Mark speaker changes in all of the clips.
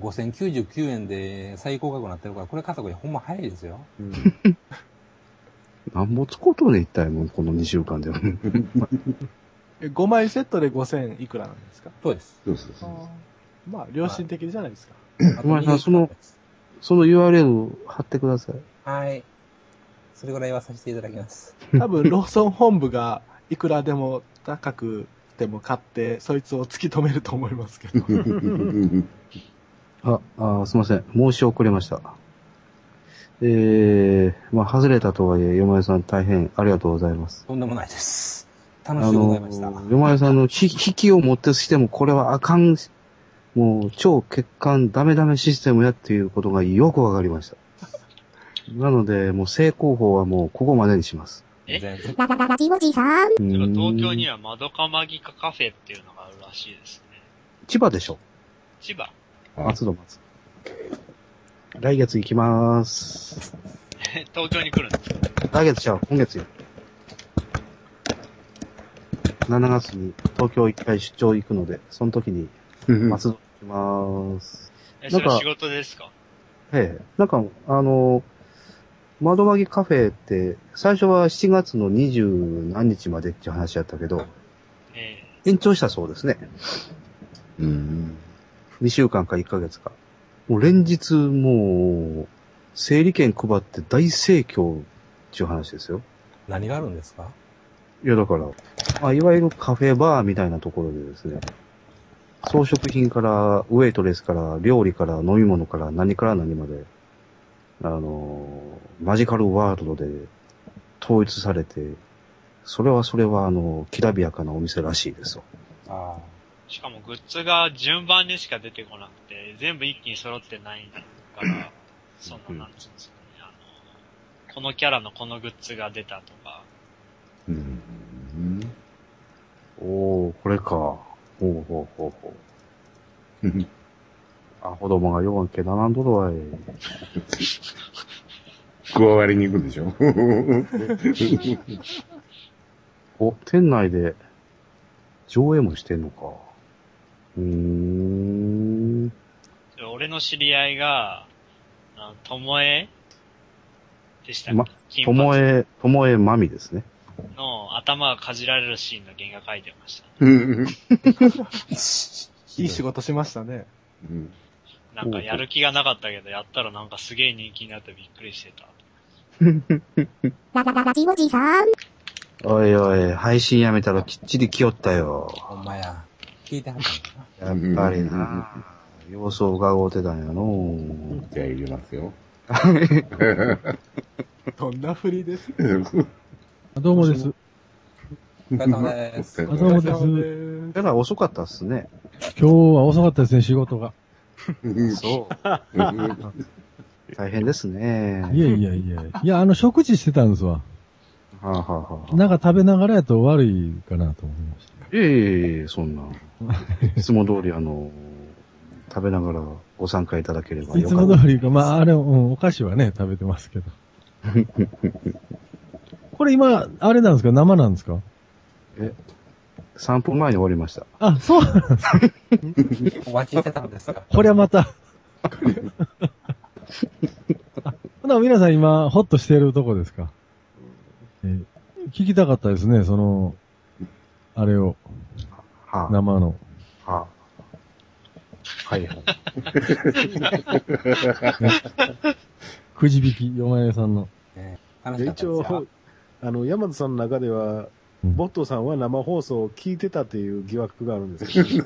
Speaker 1: 5099円で最高額になってるから、これ家族にほんま早いですよ。
Speaker 2: うん
Speaker 3: なんぼつことね、一体もう、この2週間で。
Speaker 4: え5枚セットで5000いくらなんですか
Speaker 1: そうです。
Speaker 2: そうそうそ
Speaker 4: まあ、良心的じゃないですか。
Speaker 1: あと
Speaker 3: お前さんそのその URL 貼ってください。
Speaker 1: はい。それぐらいはさせていただきます。
Speaker 4: 多分、ローソン本部がいくらでも高くても買って、そいつを突き止めると思いますけど。
Speaker 2: う。
Speaker 3: あ、あすいません。申し遅れました。えー、まあ、外れたとはいえ、よまよさん大変ありがとうございます。
Speaker 1: とんでもないです。
Speaker 3: あ
Speaker 1: 楽しゅうご
Speaker 3: の
Speaker 1: ざいました。、
Speaker 3: よまよさんのひ 引きを持ってしても、これはあかん、もう、超欠陥ダメダメシステムやっていうことがよくわかりました。なので、もう正攻法はもうここまでにします。
Speaker 5: え
Speaker 1: 全然
Speaker 6: ララララジオジさん。
Speaker 3: うーん
Speaker 5: 東京にはマドカマギカカフェっていうのがあるらしいですね。
Speaker 3: 千葉でしょ。
Speaker 5: 千葉。
Speaker 3: 松戸松。来月行きまーす。
Speaker 5: 東京に来るんですか
Speaker 3: 来月ちゃう、今月よ。7月に東京一回出張行くので、その時に松戸行きまーす。
Speaker 5: え、
Speaker 3: な
Speaker 5: そ
Speaker 3: ん
Speaker 5: れ
Speaker 3: か
Speaker 5: は仕事ですか
Speaker 3: ええ。なんか、あの、窓まぎカフェって、最初は7月の20何日までっていう話やったけど、
Speaker 5: ええ
Speaker 3: 延長したそうですね。
Speaker 2: うん。
Speaker 3: 2週間か1ヶ月か。もう連日もう、整理券配って大盛況っていう話ですよ。
Speaker 1: 何があるんですか
Speaker 3: いやだから、まあ、いわゆるカフェバーみたいなところでですね、装飾品から、ウェイトレスから、料理から、飲み物から、何から何まで、あのー、マジカルワールドで統一されて、それはそれは、あの、きらびやかなお店らしいですよ。
Speaker 1: あ
Speaker 5: しかもグッズが順番にしか出てこなくて、全部一気に揃ってないから、その、なんつうんですかね、あの、このキャラのこのグッズが出たとか、
Speaker 2: うん。
Speaker 3: おー、これか。ほうほうほうほう。
Speaker 2: うん。
Speaker 3: あ、子供が弱けならんとるわい。
Speaker 2: 加わりに行くんでしょ
Speaker 3: お、店内で上映もしてんのか。うーん。
Speaker 5: で俺の知り合いが、あの、ともえでしたっ
Speaker 3: ま
Speaker 5: け
Speaker 3: ともえ、ともえまみですね。
Speaker 5: 金髪の頭がかじられるシーンの原画描いてました。
Speaker 2: うん
Speaker 4: いい仕事しましたね。
Speaker 2: うん
Speaker 5: なんかやる気がなかったけど、やったらなんかすげえ人気になってびっくりしてた。
Speaker 6: ララララジオジさん。
Speaker 3: おいおい、配信やめたらきっちり来よったよ。
Speaker 1: あ、ほんまや。聞いてはったんだな。
Speaker 3: やっぱりな。様子を伺うてたんやの。
Speaker 2: じゃあ入れます よ。
Speaker 4: どんな振りですか
Speaker 7: どうもです。
Speaker 1: お疲れ様です。
Speaker 2: お
Speaker 7: お
Speaker 2: 疲
Speaker 7: 疲
Speaker 2: れ様
Speaker 7: れ様
Speaker 4: お疲れ
Speaker 7: で
Speaker 4: 様
Speaker 7: す。
Speaker 4: です
Speaker 3: だから遅かったっすね。
Speaker 7: 今日は遅かったですね、仕事が。
Speaker 3: そう。
Speaker 2: うん
Speaker 3: 大変ですね。
Speaker 7: いやいやいや。いや、あの、食事してたんですわ。
Speaker 3: はあ、はあはあ、
Speaker 7: なんか食べながらやと悪いかなと思いまし
Speaker 3: いやいやいや、そ んな。いつも通りあの、食べながらご参加いただければ
Speaker 7: た。い
Speaker 3: よ
Speaker 7: つ
Speaker 3: か
Speaker 7: も
Speaker 3: った。
Speaker 7: 通りか、まあ、あれ、うん、お菓子はね、食べてますけど。これ今、あれなんですか生なんですか
Speaker 3: 3分前に終わりました。
Speaker 7: あ、そうなんですか
Speaker 1: お待ちしてたんですが。
Speaker 7: これはまた。ほな、皆さん今、ホッとしてるとこですか、えー聞きたかったですね、その、あれを、
Speaker 3: はあ、
Speaker 7: 生の。
Speaker 3: はあ。はいはい。
Speaker 7: くじ引き、よまよさんの。
Speaker 1: 楽しかったです
Speaker 8: 一応
Speaker 1: よ。、
Speaker 8: あの、山田さんの中では、
Speaker 7: うん
Speaker 8: ボットさんは生放送を聞いてたという疑惑があるんですけど、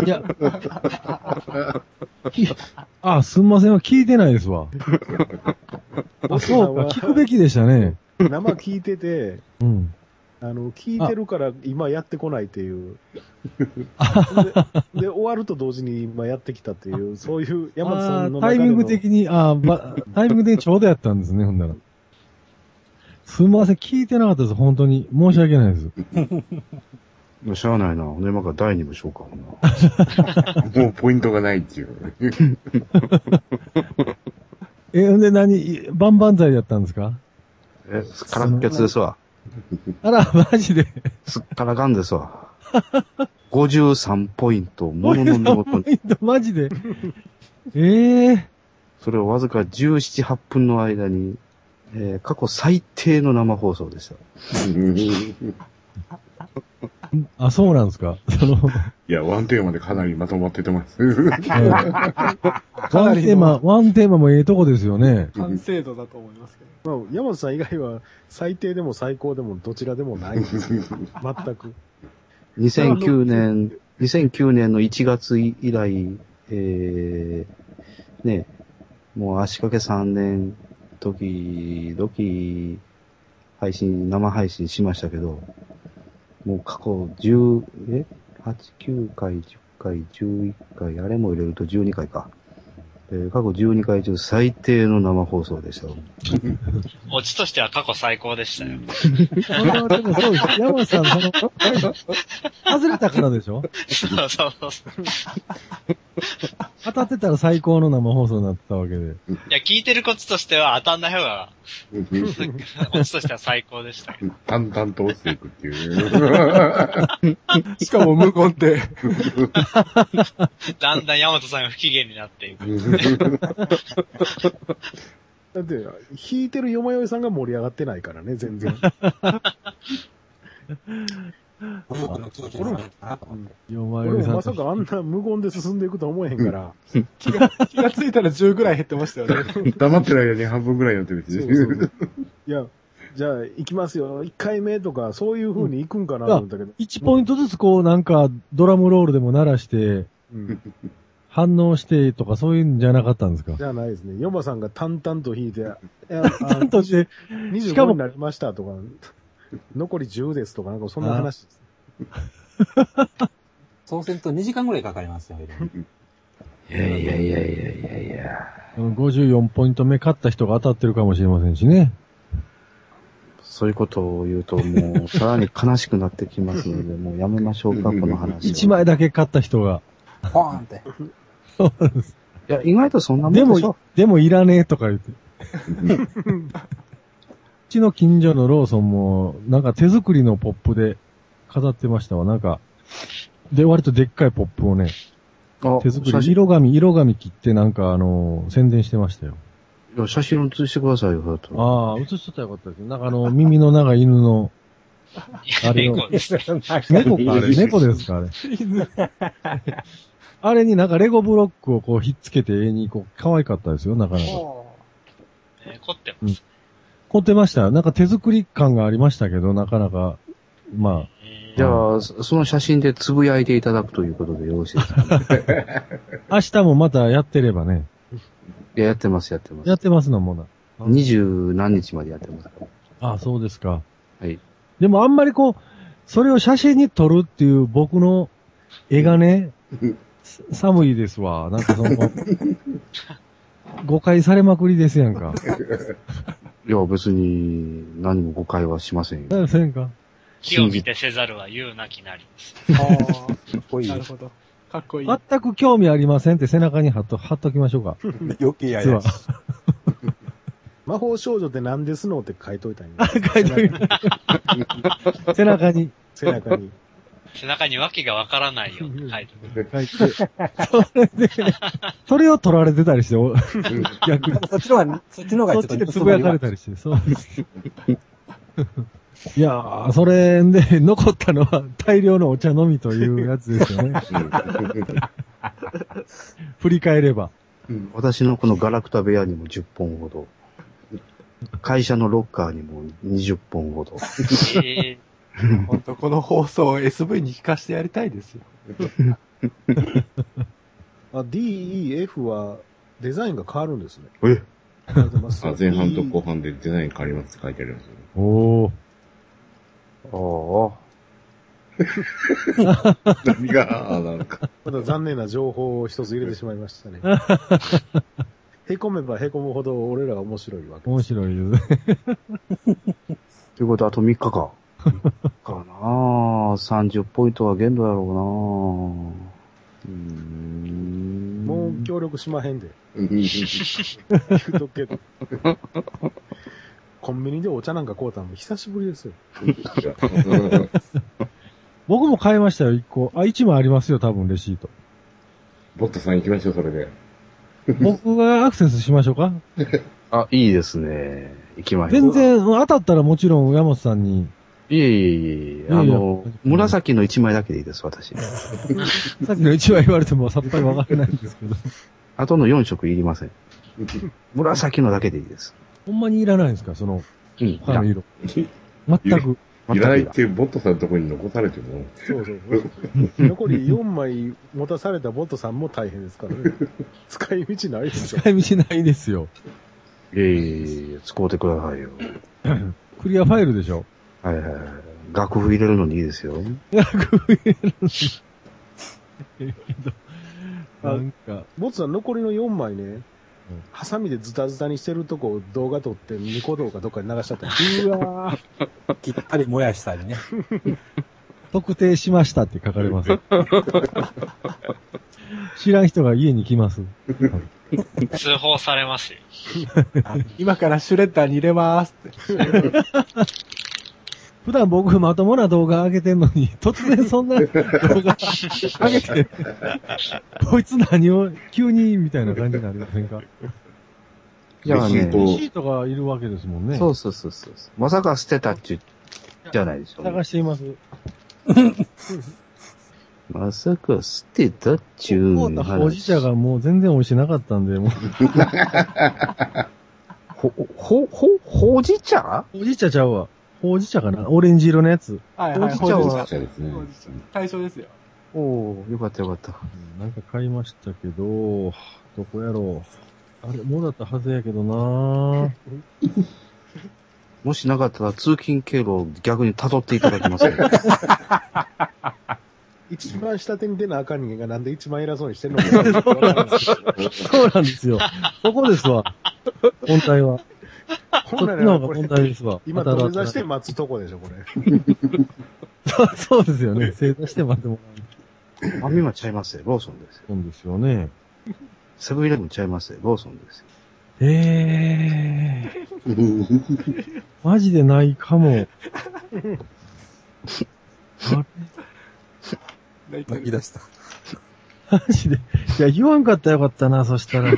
Speaker 7: い や。あ、すんません。聞いてないですわ。 あ、そうか。聞くべきでしたね。
Speaker 8: 生聞いてて、
Speaker 7: うん。
Speaker 8: あの、聞いてるから今やってこないっていう。でで、終わると同時に今やってきたっていう、そういう山田さ
Speaker 7: あ
Speaker 8: んの
Speaker 7: ータ
Speaker 8: 中で
Speaker 7: イ
Speaker 8: の
Speaker 7: ミング的に、あーば、タイミング的にちょうどやったんですね、ほんなら。すんません。聞いてなかったです。本当に。申し訳ないです。
Speaker 3: もうしゃあないな。ほんで、今から第2部しようか、ほんな ら。
Speaker 2: もうポイントがないっていう。
Speaker 7: え、ほんで何、万々歳やったんですか
Speaker 3: え、すっからっけつですわ。
Speaker 7: あら、マジで。
Speaker 3: すっからがんですわ。 53ポイント、ものの見事に、
Speaker 7: マジで。ええ
Speaker 3: それをわずか17、8分の間に、えー過去最低の生放送でした。
Speaker 7: あ、そうなんですか。その、
Speaker 2: いや、ワンテーマでかなりまとまっててます。
Speaker 7: えー
Speaker 4: か
Speaker 7: ワ
Speaker 4: な
Speaker 7: ン
Speaker 4: り
Speaker 7: テーマ、
Speaker 4: の
Speaker 7: ワンテーマもええとこですよね。
Speaker 4: 完成度だと思いますけど。
Speaker 8: まあ、山本さん以外は最低でも最高でもどちらでもないんですよ。全く。
Speaker 3: 2009年、2009年の1月以来、えー、ね、もう足掛け3年、時々、配信、生配信しましたけど、もう過去10、え ?8、9回、10回、11回、あれも入れると12回か。えー過去12回中最低の生放送でした。
Speaker 5: オチとしては過去最高でしたよ。
Speaker 7: それはでもそうです。山本さん、その、外れたからでしょ
Speaker 5: そうそうそうそう。
Speaker 7: 当たってたら最高の生放送になってたわけで。
Speaker 5: いや、聞いてるこっちとしては当たんない方が、オチとしては最高でしたけど。
Speaker 2: 淡々と落ちていくっていう。
Speaker 4: しかも無言で。
Speaker 5: だんだん山本さんが不機嫌になっていく。
Speaker 8: だって、弾いてるよまよいさんが盛り上がってないからね、全 然。
Speaker 1: 僕の空気になるかなと思って。
Speaker 7: よま
Speaker 8: 俺
Speaker 7: ゆ
Speaker 8: も
Speaker 7: さ
Speaker 8: ま
Speaker 7: ん
Speaker 8: さ
Speaker 7: と。
Speaker 8: かあんな無言で進んでいくとは思えへんから。
Speaker 4: 気が、気がついたら10ぐらい減ってましたよね。
Speaker 2: 黙ってる間に半分ぐらいになってるし。
Speaker 8: そうそういや、じゃあ行きますよ、1回目とか、そういう風に行くんかなと思ったけど。
Speaker 7: 1ポイントずつこう、なんか、ドラムロールでも鳴らして、
Speaker 8: うん
Speaker 7: 反応してとかそういうんじゃなかったんですか
Speaker 8: じゃないですね。ヨマさんが淡々と弾いて、
Speaker 7: ちゃん
Speaker 8: 淡
Speaker 7: として、しか
Speaker 8: 25
Speaker 7: も
Speaker 8: になりましたとか、残り10ですとか、なんかそんな話です。
Speaker 1: そうすると2時間ぐらいかかりますよ、いろいろ
Speaker 3: いやいやいやいやいやいや。
Speaker 7: 54ポイント目勝った人が当たってるかもしれませんしね。
Speaker 3: そういうことを言うと、もう、さらに悲しくなってきますので、もうやめましょうか、この話。
Speaker 7: 1。枚だけ勝った人が。
Speaker 1: ポーンって。
Speaker 3: いや、意外とそんなもん
Speaker 7: で
Speaker 3: でしょ
Speaker 7: も。、でもいらねえとか 言って。うちの近所のローソンも、なんか手作りのポップで飾ってましたわ。なんか、で、割とでっかいポップをね、
Speaker 3: あ
Speaker 7: 手作
Speaker 3: 写
Speaker 7: り、
Speaker 3: 真い
Speaker 7: 色紙、色紙切ってなんかあの、宣伝してましたよ。
Speaker 3: や写真写してくださいよ、だと。
Speaker 7: ああ、映しとったらよかったですね。なんかあの、耳の長い犬の、あれを
Speaker 5: 猫です。
Speaker 7: 猫か、
Speaker 2: あ
Speaker 7: あ
Speaker 2: れ
Speaker 7: れ猫ですか、あれ。あれになんかレゴブロックをこうひっつけて絵にこう、可愛かったですよ、なかなか。
Speaker 5: えー凝って
Speaker 7: うん凝ってましたよ。なんか手作り感がありましたけど、なかなか、ま
Speaker 5: えー
Speaker 3: じゃあ、そその写真でつぶやいていただくということでよろしいですか
Speaker 7: あ、明日もまたやってればね、
Speaker 3: いや、やってます、やってます
Speaker 7: や。ってますのもな。
Speaker 3: 二十何日までやってますから。
Speaker 7: あ、そうですか。
Speaker 3: はい。
Speaker 7: でもあんまりこう、それを写真に撮るっていう僕の絵がね、 さ寒いですわ。なんかその、誤解されまくりですやんか。
Speaker 3: いや、別に何も誤解はしませんよ。
Speaker 7: なんかせんか。
Speaker 5: 木を見てせざるは言うなきなりです。
Speaker 4: なるほど。かっこいい。
Speaker 7: 全く興味ありませんって背中に貼っと、貼っときましょうか。
Speaker 1: 余計や
Speaker 7: 実
Speaker 1: や
Speaker 7: は
Speaker 1: し。。
Speaker 8: 魔法少女って何ですのって書いといたん や。
Speaker 7: 書いて る背中に
Speaker 8: 背中に。
Speaker 5: 背中に訳がわからないように書いてある
Speaker 7: 書いて。それで、それを撮られてたりして、 お逆に。
Speaker 1: そっちの方が、そっちの方
Speaker 7: そ
Speaker 1: が
Speaker 7: っ
Speaker 1: ちょ
Speaker 7: ち
Speaker 1: っ
Speaker 7: で
Speaker 1: と
Speaker 7: つぶやかれたりして、 そう。いやー、それで、残ったのは大量のお茶飲みというやつですよね。 振り返れば。
Speaker 3: 私のこのガラクタ部屋にも10本ほど。会社のロッカーにも20本ほど。
Speaker 5: え
Speaker 4: 本当この放送を SV に聞かしてやりたいですよ。
Speaker 8: あ、D、E、F はデザインが変わるんですね。
Speaker 2: え
Speaker 8: 書いてま す
Speaker 2: あ
Speaker 8: よ
Speaker 2: 前半と後半でデザイン変わりますって書いてありますよね。
Speaker 7: おー。
Speaker 3: ああ。
Speaker 2: 何が、あなんか。
Speaker 8: まだ残念な情報を一つ入れてしまいましたね。へこめばへこむほど俺らが面白いわけ。
Speaker 7: 面白いですね。
Speaker 3: ということはあと3日か。かなぁ。30ポイントは限度やろうなぁ。うーん。
Speaker 8: もう協力しまへんで。言うとくけど。コンビニでお茶なんか買うたの久しぶりですよ。
Speaker 7: 僕も買いましたよ、1個。あ、1枚ありますよ、多分、レシー ト。
Speaker 2: ボットさん行きましょう、それで。
Speaker 7: 僕がアクセスしましょうか。
Speaker 3: あ、いいですね。行きましょ
Speaker 7: 全
Speaker 3: う。
Speaker 7: 然、当たったらもちろん、山本さんに。
Speaker 3: いえいえいえいえ。あ
Speaker 7: いやいや
Speaker 3: の、紫の一枚だけでいいです、私。
Speaker 7: さっきの1枚言われてもさっぱりわからないんです けど。
Speaker 3: あとの4色いりません。紫のだけでいいです。
Speaker 7: ほんまにいらないんですか、その、
Speaker 3: うん。
Speaker 7: 他の色。全く。
Speaker 2: いらないって、ボットさんのとこに残されても、
Speaker 8: そうそうそう。残り4枚持たされたボットさんも大変ですからね。使い道ないでしょ。
Speaker 7: 使い道ないですよ。
Speaker 3: いえいえいえ、使うてくださいよ。
Speaker 7: クリアファイルでしょ。
Speaker 3: はいはいはい。楽譜入れるのにいいですよ。
Speaker 8: あ
Speaker 7: なんか、
Speaker 8: ボットさん残りの4枚ね、ハサミでズタズタにしてるとこを動画撮ってニコ動画どっかに流しちゃった。うわー
Speaker 1: 切ったり燃やしたりね。
Speaker 7: 特定しましたって書かれます。知らん人が家に来ます。
Speaker 5: 通報され ますよ。
Speaker 4: あ 今からシュレッダーに入れますって。
Speaker 7: 普段僕まともな動画上げてんのに、突然そんな動画上げて、こいつ何を急にみたいな感じになりませんか
Speaker 3: じゃあ
Speaker 2: レシ
Speaker 3: ね
Speaker 2: ー、
Speaker 7: レ
Speaker 2: ト
Speaker 7: シートがいるわけですもんね。
Speaker 3: そうそうそうそう。まさか捨てたっちゅ、じゃないでしょ。
Speaker 7: 探しています。
Speaker 3: まさか捨てたっちゅう
Speaker 7: こう
Speaker 3: の
Speaker 7: たほうじ茶
Speaker 3: 話。
Speaker 7: がもう全然美味しなかったんで、もう、
Speaker 3: ほ、ほ、ほ、ほうじ茶
Speaker 7: ほうじ茶ちゃうわ。ほうじ茶かなオレンジ色のやつ。
Speaker 4: はい
Speaker 3: ほ
Speaker 4: は
Speaker 3: う
Speaker 4: い、
Speaker 3: じ茶は
Speaker 4: ほうじ
Speaker 2: ちっちゃいですね。
Speaker 4: 茶。対象ですよ。
Speaker 3: おおよかったよかった。
Speaker 7: なんか買いましたけど、どこやろう。あれ、もうだったはずやけど なぁ。
Speaker 3: もしなかったら通勤経路を逆に辿っていただきます よ。
Speaker 8: 一番下手に出なあかん人間がなんで一番偉そうにしてるのかわからないですけど。
Speaker 7: そうなんですよ。そこですわ。本体は。こ
Speaker 8: 本
Speaker 7: っちの
Speaker 8: 来な
Speaker 7: 方
Speaker 8: らこ
Speaker 7: が
Speaker 8: れ
Speaker 7: 本、体ですわ。
Speaker 8: 今
Speaker 7: 当た
Speaker 8: 土
Speaker 7: る
Speaker 8: 下座して
Speaker 7: 当
Speaker 8: 待つとこでしょ、これ。
Speaker 7: たる そうそうですよね。正座して待ってもら
Speaker 3: あ、今ちゃいますよ。ローソンですよ。
Speaker 7: うんですよね。
Speaker 3: セブンイレブンちゃいますよ。ローソンですよ。
Speaker 7: ええー。マジでないかも。あ
Speaker 4: 泣いて
Speaker 1: 泣
Speaker 4: る
Speaker 1: き出した。
Speaker 7: マジで。いや、言わんかったらよかったな、そしたら。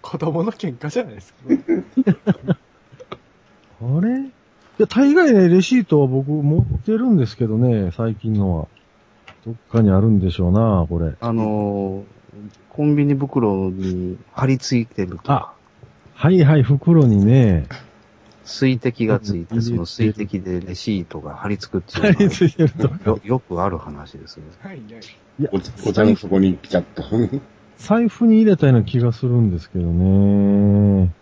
Speaker 4: 子供の喧嘩じゃないですか。
Speaker 7: あれいや、大概ね、レシートは僕持ってるんですけどね、最近のは。どっかにあるんでしょうな、これ。
Speaker 3: あのー、コンビニ袋に張り付いてるとか、
Speaker 7: はいはい、袋にね、
Speaker 3: 水滴がつい
Speaker 7: うん
Speaker 3: て、その水滴でレシートが張り付くって
Speaker 7: 張
Speaker 3: い
Speaker 7: り
Speaker 3: う
Speaker 7: 付いてると
Speaker 3: の。はよよくある話ですね。
Speaker 4: はいない。
Speaker 2: お茶お茶の底にピチャッと。
Speaker 7: 財布に入れたような気がするんですけどね。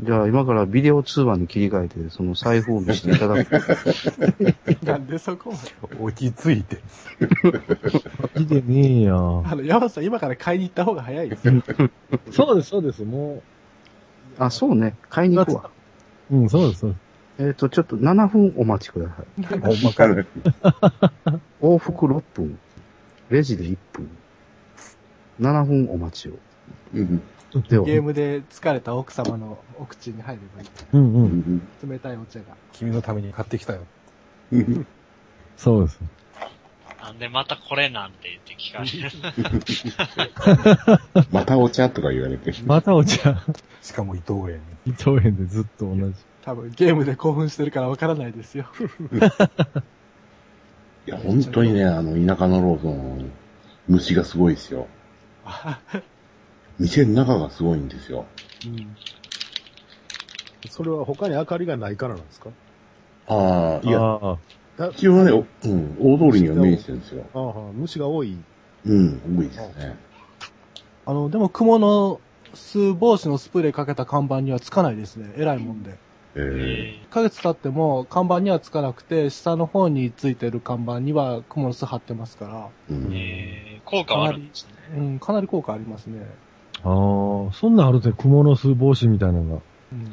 Speaker 3: じゃあ今からビデオ通話に切り替えて、その財布を見せていただ く。
Speaker 4: なんでそこまで。
Speaker 1: 落ち着いて。
Speaker 7: いでねえや。
Speaker 4: あの、山本さん今から買いに行った方が早いですよ。
Speaker 7: そうです、そうです、も
Speaker 3: あ、そうね。買いに行くわ。
Speaker 7: う。うん、そうです、そうで
Speaker 3: えっ、と、ちょっと7分お待ちください。
Speaker 2: ほんまかな。
Speaker 3: 往復6分。レジで1分。7分お待ちを。
Speaker 2: うん
Speaker 3: では、
Speaker 4: ゲームで疲れた奥様のお口に入ればいい。
Speaker 7: す。うん
Speaker 2: う
Speaker 7: うん、
Speaker 2: ん
Speaker 4: 冷たいお茶が。
Speaker 1: 君のために買ってきたよ。
Speaker 2: うん
Speaker 7: そうです。
Speaker 5: なんでまたこれなんて言って聞かれる。
Speaker 2: またお茶とか言われて。
Speaker 7: またお茶、
Speaker 1: しかも伊藤園
Speaker 7: 伊藤園でずっと同じ。
Speaker 4: 多分ゲームで興奮してるからわからないですよ。
Speaker 2: いや、本当にね、あの、田舎のローソン、虫がすごいですよ。店の中がすごいんですよ。
Speaker 8: それは他に明かりがないからなんですか
Speaker 2: ああ、いや、
Speaker 7: ああ、
Speaker 2: 一応ね、おうん、大通りには面してるんですよ。
Speaker 8: ああ、虫が多い。
Speaker 2: うん、多いですね。
Speaker 4: あの、でも雲の巣防止のスプレーかけた看板にはつかないですね。偉いもんで。
Speaker 2: え
Speaker 5: え
Speaker 4: 1ヶ月経っても看板にはつかなくて、下の方についてる看板には雲の巣張ってますか
Speaker 2: えう
Speaker 5: ー
Speaker 2: ん。
Speaker 5: えー、効果はあるんですね。
Speaker 4: ら、うん、かなり効果ありますね。
Speaker 7: ああ、そんなんあるで、蜘蛛の巣帽子みたいなのが。
Speaker 4: うん。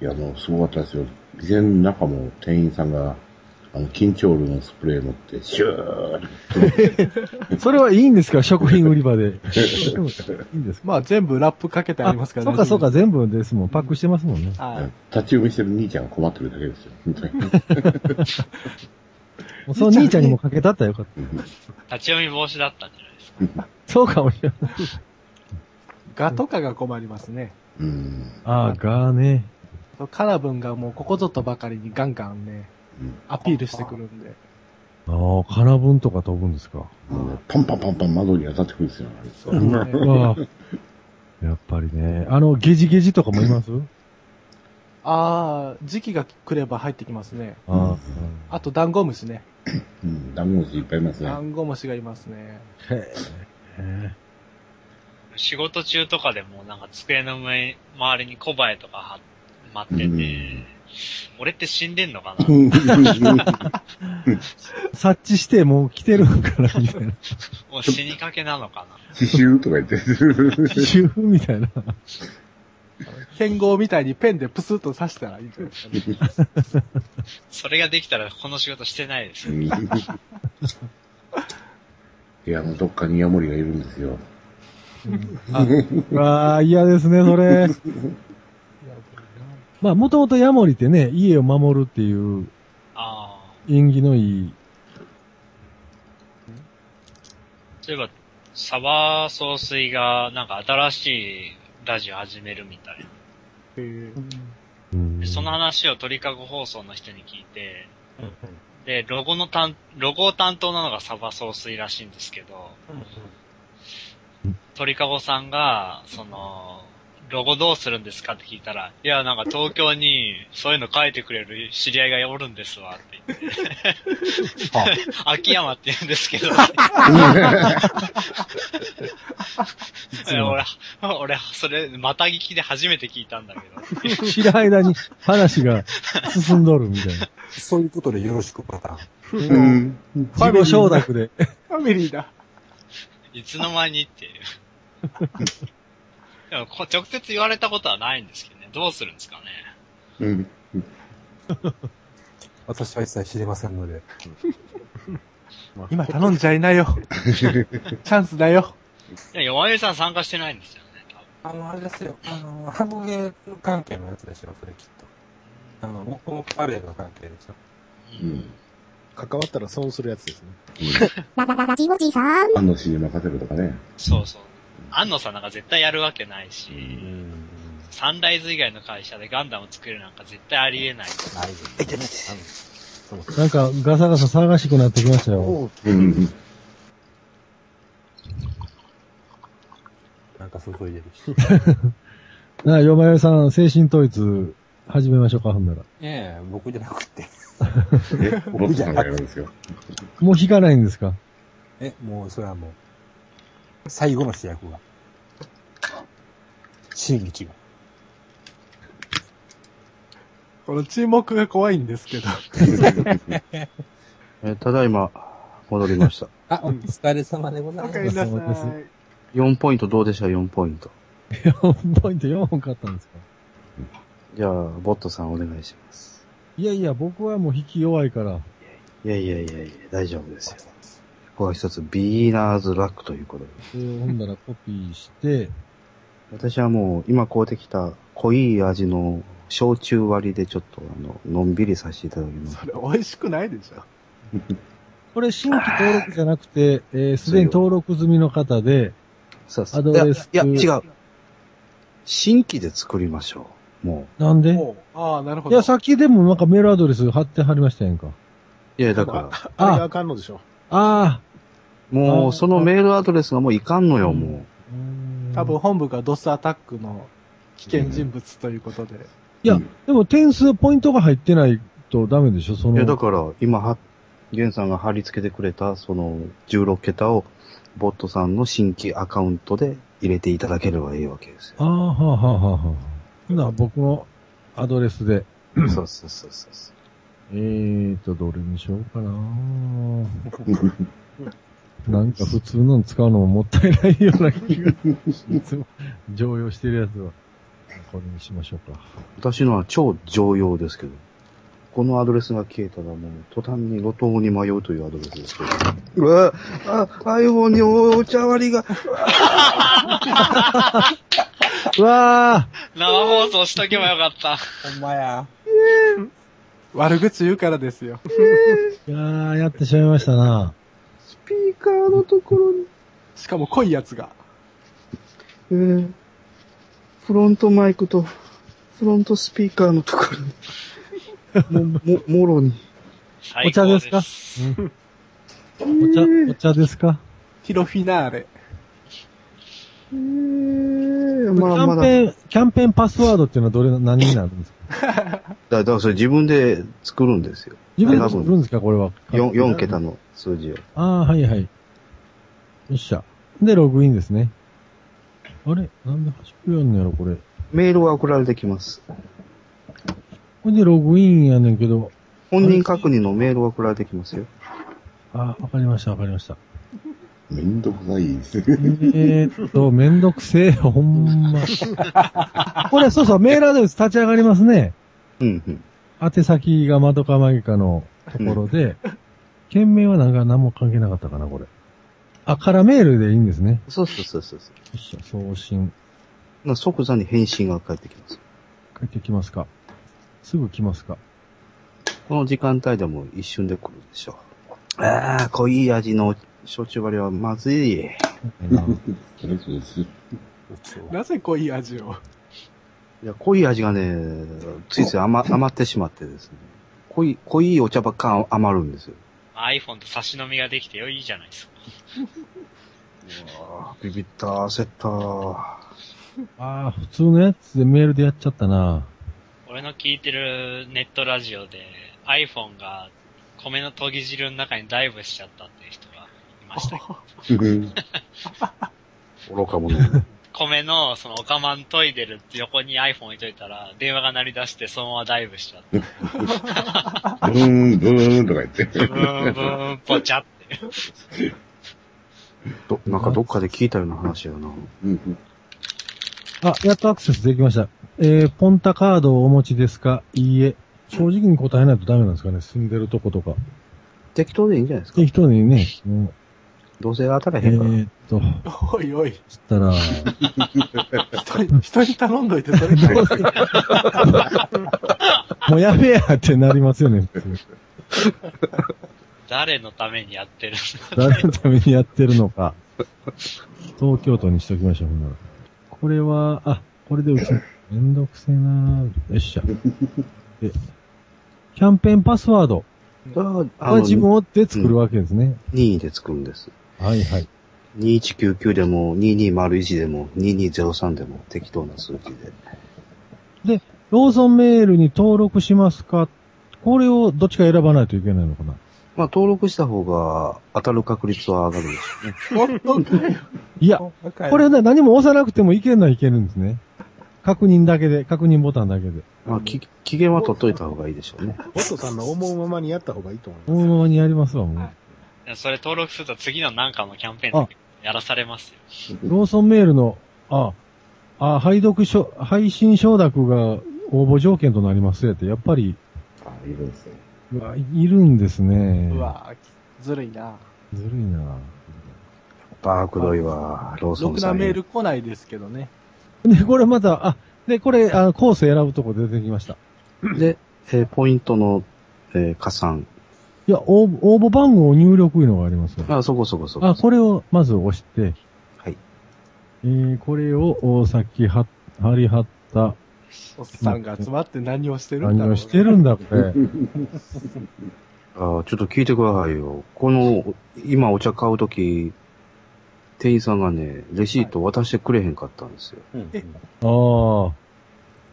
Speaker 2: いや、もうすごかったですよ。店の中も店員さんが、あの、緊張ルのスプレー持って、シューッ
Speaker 7: それはいいんです か食品売り場で。でもいいんですか
Speaker 4: まあ全部ラップかけてありますから
Speaker 7: そ
Speaker 4: ね。
Speaker 7: うかそうか、全部ですもん。パックしてますもんね。
Speaker 4: はい。
Speaker 2: 立ち読みしてる兄ちゃんが困ってるだけですよ。みたいな。
Speaker 7: もうその兄ちゃんにもかけたったらよかった。
Speaker 5: 立ち読み防止だったんじゃないですか。
Speaker 7: そうかもしれない。
Speaker 4: ガとかが困りますね。
Speaker 2: うん。
Speaker 7: ああ、がーね。
Speaker 4: カラブンがもうここぞとばかりにガンガンね
Speaker 2: うん、
Speaker 4: アピールしてくるんで。
Speaker 7: ああ、金分とか飛ぶんですか。
Speaker 2: もうね、パンパンパンパン窓に当たってくるんですよ。あれ
Speaker 4: そうですね
Speaker 7: ああ。やっぱりね。あの、ゲジゲジとかもいます
Speaker 4: ああ、時期が来れば入ってきますね。
Speaker 7: ああ。
Speaker 4: あと、ダンゴムシね。
Speaker 2: うん。ダンゴムシいっぱいいますね。
Speaker 4: ダンゴムシがいますね。
Speaker 7: へえ。
Speaker 5: 仕事中とかでもなんか机の上、周りにコバエとかは待ってて、
Speaker 2: うん
Speaker 5: 俺って死んでんのかな
Speaker 7: 察知してもう来てるんかな、みたい な。
Speaker 5: もう死にかけなのかな
Speaker 2: 刺繍とか言ってる。
Speaker 7: 主婦みたいな。
Speaker 4: 剣豪みたいにペンでプスッと刺したらいいんじゃないですかね。
Speaker 5: それができたらこの仕事してないですよ。
Speaker 2: いや、もうどっかにヤモリがいるんですよ。
Speaker 7: わあ、嫌ですね、そ れ。まあ、もともとヤモリってね、家を守るっていう
Speaker 5: あ
Speaker 7: 縁起のいい。
Speaker 5: あ。例えば、サバ総帥がなんか新しいラジオ始めるみたいな。
Speaker 4: へー
Speaker 7: うん
Speaker 5: でその話を鳥かご放送の人に聞いて、で、ロゴの担、ロゴを担当なのがサバ総帥らしいんですけど、鳥かごさんが、その、ロゴどうするんですかって聞いたら、いや、なんか東京にそういうの書いてくれる知り合いがおるんですわって言って。 秋山って言うんですけど。いや俺、 俺、それ、また聞きで初めて聞いたんだけど。
Speaker 7: 知る間に話が進んどる みたいな。
Speaker 1: そういうことでよろしく、また。
Speaker 2: うん。
Speaker 7: 自己承諾で。
Speaker 4: ファミリーだ。
Speaker 5: いつの間にっていう。 でもこう直接言われたことはないんですけどね。どうするんですかね。
Speaker 2: うん。
Speaker 1: 私は一切知りませんので。
Speaker 4: 今頼んじゃいな よ。チャンスだよ。
Speaker 5: いや、弱ゆさん参加してないんですよね。多分
Speaker 1: あの、あれですよ。あの、ハムゲ関係のやつでしょ、それきっと。あの、僕もパレード関係でしょ。
Speaker 2: うん。
Speaker 8: 関わったら損するやつですね。
Speaker 6: ララララジオジさん。
Speaker 2: あの CM 任せるとかね。
Speaker 5: そうそう。安野さんなんか絶対やるわけないし、
Speaker 1: ん。
Speaker 5: サンライズ以外の会社でガンダム作るなんか絶対ありえない。
Speaker 1: 大丈夫。いてて
Speaker 7: なんかガサガサ騒がしくなってきましたよ。
Speaker 2: うん。
Speaker 1: なんか注いでる し。
Speaker 7: なあ、よまよさん、精神統一始めましょうか、ほんなら。
Speaker 1: ええ、僕じゃなくて。
Speaker 2: え、おろさんがやるんですよ。
Speaker 7: もう引かないんですか
Speaker 1: え、もう、それはもう、最後の主役が。新一が。
Speaker 4: この沈黙が怖いんですけど。
Speaker 3: えーただいま、戻りま した。
Speaker 1: あ、お疲れ様でございま
Speaker 4: おか
Speaker 1: す
Speaker 4: え。りな
Speaker 7: そうです
Speaker 4: さい。
Speaker 3: 4ポイントどうでした ?4 ポイント。
Speaker 7: ?4 ポイント4本買ったんですか
Speaker 3: じゃあ、ボットさんお願いします。
Speaker 7: いやいや、僕はもう引き弱いから。
Speaker 3: いやいやいやいや、大丈夫ですよ。ここは一つ、ビーナーズラックということで。
Speaker 7: えーほんならコピーして、
Speaker 3: 私はもう、今買うてきた濃い味の焼酎割りでちょっと、あの、のんびりさせていただきます
Speaker 4: そ。れ美味しくないでしょ。
Speaker 7: これ新規登録じゃなくて、えーすでに登録済みの方で、
Speaker 3: そう
Speaker 7: アドレス
Speaker 3: いや、いや違う。新規で作りましょう。も
Speaker 7: なんで
Speaker 4: おうああ、なるほ
Speaker 7: い
Speaker 4: ど。
Speaker 7: や、さっきでもなんかメールアドレス貼ってはりましたやんか。
Speaker 3: う。いや、だから、
Speaker 8: あれがあかんのでしょ。
Speaker 7: あ
Speaker 3: も
Speaker 7: あ
Speaker 3: う、そのメールアドレスがもういかんのよ、も。
Speaker 7: あ。うーん
Speaker 4: 多分。本部がドスアタックの危険人物ということで。
Speaker 7: いや、でも点数、ポイントが入ってないとダメでしょそう
Speaker 3: い
Speaker 7: の。
Speaker 3: や、だから、今、は、ゲンさんが貼り付けてくれた、その、16桁を、ボットさんの新規アカウントで入れていただければいいわけですよ。
Speaker 7: ああ、はあ、はあ、はあ、はあ。な、僕のアドレスで。
Speaker 3: そうそうそうそうそう。
Speaker 7: えーと、どれにしようか ななんか普通の使うのももったいないような気が。いつも常用してるやつは。これにしましょうか。
Speaker 3: 私のは超常用ですけど。このアドレスが消えたらもう、途端に路頭に迷うというアドレスですけど。うわあ、iPhone にお茶割りが、
Speaker 7: うわ
Speaker 5: 生放送しとけばよかった。
Speaker 1: ほんまや。
Speaker 4: 悪口言うからですよ。
Speaker 7: ーいやー、やってしまいましたな。
Speaker 3: スピーカーのところに、
Speaker 4: しかも濃いやつが。
Speaker 3: えー、フロントマイクと、フロントスピーカーのところ に、も、も、もろに。
Speaker 5: 最
Speaker 7: お茶
Speaker 5: 高
Speaker 7: で
Speaker 5: ですす
Speaker 7: かお茶、お茶ですか
Speaker 4: ヒロフィナーレ。
Speaker 3: えー、
Speaker 7: キ
Speaker 3: まあ、
Speaker 7: ャ
Speaker 3: ま
Speaker 7: ン
Speaker 3: だ。
Speaker 7: ペーン、キャンペーンパスワードっていうのはどれ、何になるんですか
Speaker 3: だだからそれ自分で作るんですよ。
Speaker 7: 自分で作るんですかこれは。
Speaker 3: 4, 4桁の数字を。
Speaker 7: ああ、はいはい。よっしゃ。で、ログインですね。あれなんで端っこやんのやろ、これ。
Speaker 3: メールは送られてきます。
Speaker 7: これでログインやねんけど。
Speaker 3: 本人確認のメールは送られてきますよ。
Speaker 7: ああ、わかりました、わかりました。
Speaker 2: めんどくさいです。
Speaker 7: えーっと、めんどくせえよ、ほんま。これ、そうそう、メールアドレス立ち上がりますね。
Speaker 3: うんうん。
Speaker 7: 宛先がまどかまぎかのところで、件名はなんか何も関係なかったかな、これ。あ、からメールでいいんですね。
Speaker 3: そうそうそうそうそ
Speaker 7: よっしゃ、送信。
Speaker 3: う。な即座に返信が返ってきます。
Speaker 7: 帰ってきますか。すぐ来ますか。
Speaker 3: この時間帯でも一瞬で来るでしょう。ああ、濃い味の焼酎割りはまずい。
Speaker 7: えな
Speaker 2: それそうです。
Speaker 4: なぜ濃い味を。
Speaker 3: いや、濃い味がね、ついつい余余ってしまってですね。濃い、濃いお茶ばっか余るんですよ。
Speaker 5: iPhone と差し飲みができてよ、いいじゃないですか。
Speaker 3: あービビった、焦った。
Speaker 7: ああ、普通のやつでメールでやっちゃったな。
Speaker 5: 俺の聞いてるネットラジオで iPhone が米の研ぎ汁の中にダイブしちゃったっていう人がいましたけど。
Speaker 2: 愚か者。
Speaker 5: 米のそのおかまん研いでる横に iPhone 置いといたら電話が鳴り出してそのままダイブしちゃった。
Speaker 2: ブーン、ブーンとか言って。
Speaker 5: ブーンブーン、ポチャって。
Speaker 3: ど、なんかどっかで聞いたような話やな。
Speaker 2: うん
Speaker 7: あ、やっとアクセスできました。えー、ポンタカードをお持ちですかいいえ。正直に答えないとダメなんですかね住んでるとことか。
Speaker 3: 適当でいいんじゃないですか。
Speaker 7: 適当に ね。うん
Speaker 3: どうせ当たら
Speaker 7: え
Speaker 3: へんから。
Speaker 7: ー、っと、
Speaker 4: おい おい。
Speaker 7: そしたら、
Speaker 4: 人に、人に頼んどいてそれかい。
Speaker 7: もうやべえやってなりますよね、普通。
Speaker 5: 誰のためにやってる
Speaker 7: 誰のためにやってるのか。東京都にしときましょう、ほんなら。これは、あ、これでうち、めんどくせえなよっしゃ。で、キャンペーンパスワード。
Speaker 3: それはあ
Speaker 7: は
Speaker 3: の、
Speaker 7: 自分で作るわけですね。
Speaker 3: 任意で作るんです。
Speaker 7: はいはい。
Speaker 3: 2199でも、2201でも、2203でも、適当な数字で。
Speaker 7: ローソンメールに登録しますかこれをどっちか選ばないといけないのかな
Speaker 3: まあ、登録した方が当たる確率は上がるでしょうね。
Speaker 7: いや、
Speaker 4: こ
Speaker 7: これ、ね、何も押さなくてもいけるのはいけるんですね。確認だけで、確認ボタンだけで。
Speaker 3: まあ、き期限は取っといた方がいいでしょうね。
Speaker 8: ボットさんの思うままにやった方がいいと思い
Speaker 7: このままにやりますわ、も
Speaker 5: それ登録すると次のなんかのキャンペーンでやらされますよ。
Speaker 7: う。ローソンメールの、あ、あ、配読書、配信承諾が応募条件となりますやって、やっぱり、
Speaker 2: あ、いるんですね。
Speaker 7: うわいるんですね。
Speaker 4: うわぁ、 ずるいな。
Speaker 7: ずるいな。
Speaker 3: バークドイは、ローソ
Speaker 4: ろ
Speaker 3: ン
Speaker 4: く
Speaker 3: さ
Speaker 4: なんメー
Speaker 3: へ。
Speaker 4: ル来ないですけどね。
Speaker 7: で、これまた、あ、で、これ、あコース選ぶとこ出てきました。
Speaker 3: で、えーポイントの、えー加算。
Speaker 7: いや、応募応募番号を入力いうのがありますよ。
Speaker 3: あ、そこそこそこ。
Speaker 7: あ、これをまず押して、
Speaker 3: はい。
Speaker 7: えー、これを、おさっきは、貼り貼った、
Speaker 4: おっさんが集まって何をしてるんだろう
Speaker 7: 何
Speaker 4: な。
Speaker 7: をしてるんだ、これ。
Speaker 3: あーちょっと聞いてくださいよ。この、今お茶買うとき、店員さんがね、レシート渡してくれへんかったんですよ。
Speaker 7: ああ。
Speaker 3: ほ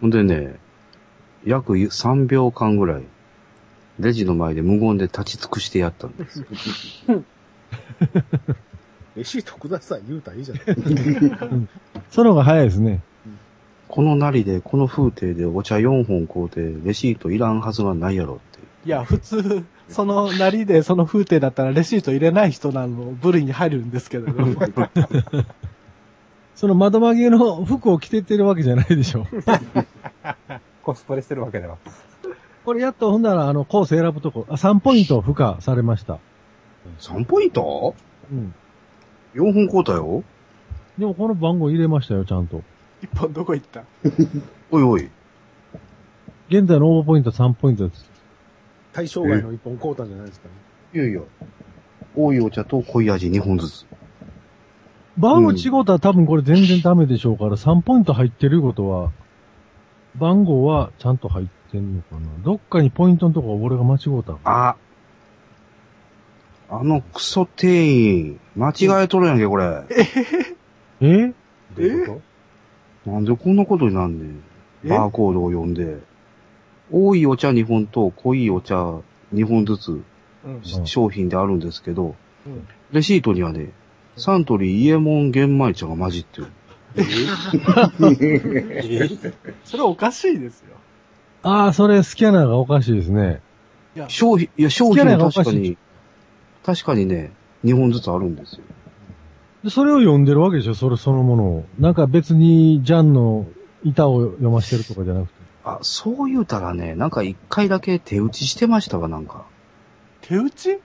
Speaker 3: んでね、約3秒間ぐらい、レジの前で無言で立ち尽くしてやったんですよ。
Speaker 8: ます。レシートください言うたらいいじゃん。
Speaker 7: その方が早いですね。
Speaker 3: このなりで、この風景でお茶4本買うて、レシートいらんはずがないやろって。
Speaker 4: いや、普通、そのなりでその風景だったらレシート入れない人なの部類に入るんですけれども。
Speaker 7: その窓曲げの服を着てってるわけじゃないでしょ。
Speaker 1: コスプレしてるわけでは。
Speaker 7: これやっと、ほんなら、あの、コース選ぶとこ、あ3ポイント付加されました。
Speaker 3: 3ポイント
Speaker 7: うん。
Speaker 3: ?4 本交代よ
Speaker 7: でもこの番号入れましたよ、ちゃんと。
Speaker 4: 一本どこ行った
Speaker 3: おいおい。
Speaker 7: 現在の応募ポイント3ポイントです。
Speaker 8: 対象外の一本買うたんじゃないですかね。
Speaker 3: いやいや。多いお茶と濃い味2本ずつ。
Speaker 7: 番号違うたら多分これ全然ダメでしょうから、3ポイント入ってることは、番号はちゃんと入ってんのかな。どっかにポイントのとこ俺が間違うた。
Speaker 3: あ。あのクソ店員、間違えとるやんけ、これ。
Speaker 7: え
Speaker 8: どういうこ
Speaker 3: なんでこんなことになんねん。
Speaker 4: え
Speaker 3: バーコードを読んで、多いお茶2本と濃いお茶2本ずつ
Speaker 4: うん。
Speaker 7: うん
Speaker 3: 商品であるんですけど、
Speaker 4: うん
Speaker 3: レシートにはね、サントリーイエモン玄米茶が混じってる。
Speaker 4: それおかしいですよ。
Speaker 7: ああ、それスキャナーがおかしいですね。
Speaker 3: 商品、いや、商品
Speaker 7: 好きなの
Speaker 3: は
Speaker 7: が
Speaker 3: 確
Speaker 7: おか
Speaker 3: か
Speaker 7: しい
Speaker 3: に、確かにね、2本ずつあるんですよ。
Speaker 7: で、それを読んでるわけでしょ、それそのものを。なんか別に、ジャンの板を読ましてるとかじゃなくて。
Speaker 3: あ、そう言うたらね、なんか一回だけ手打ちしてましたわ、なんか。
Speaker 4: 手打ち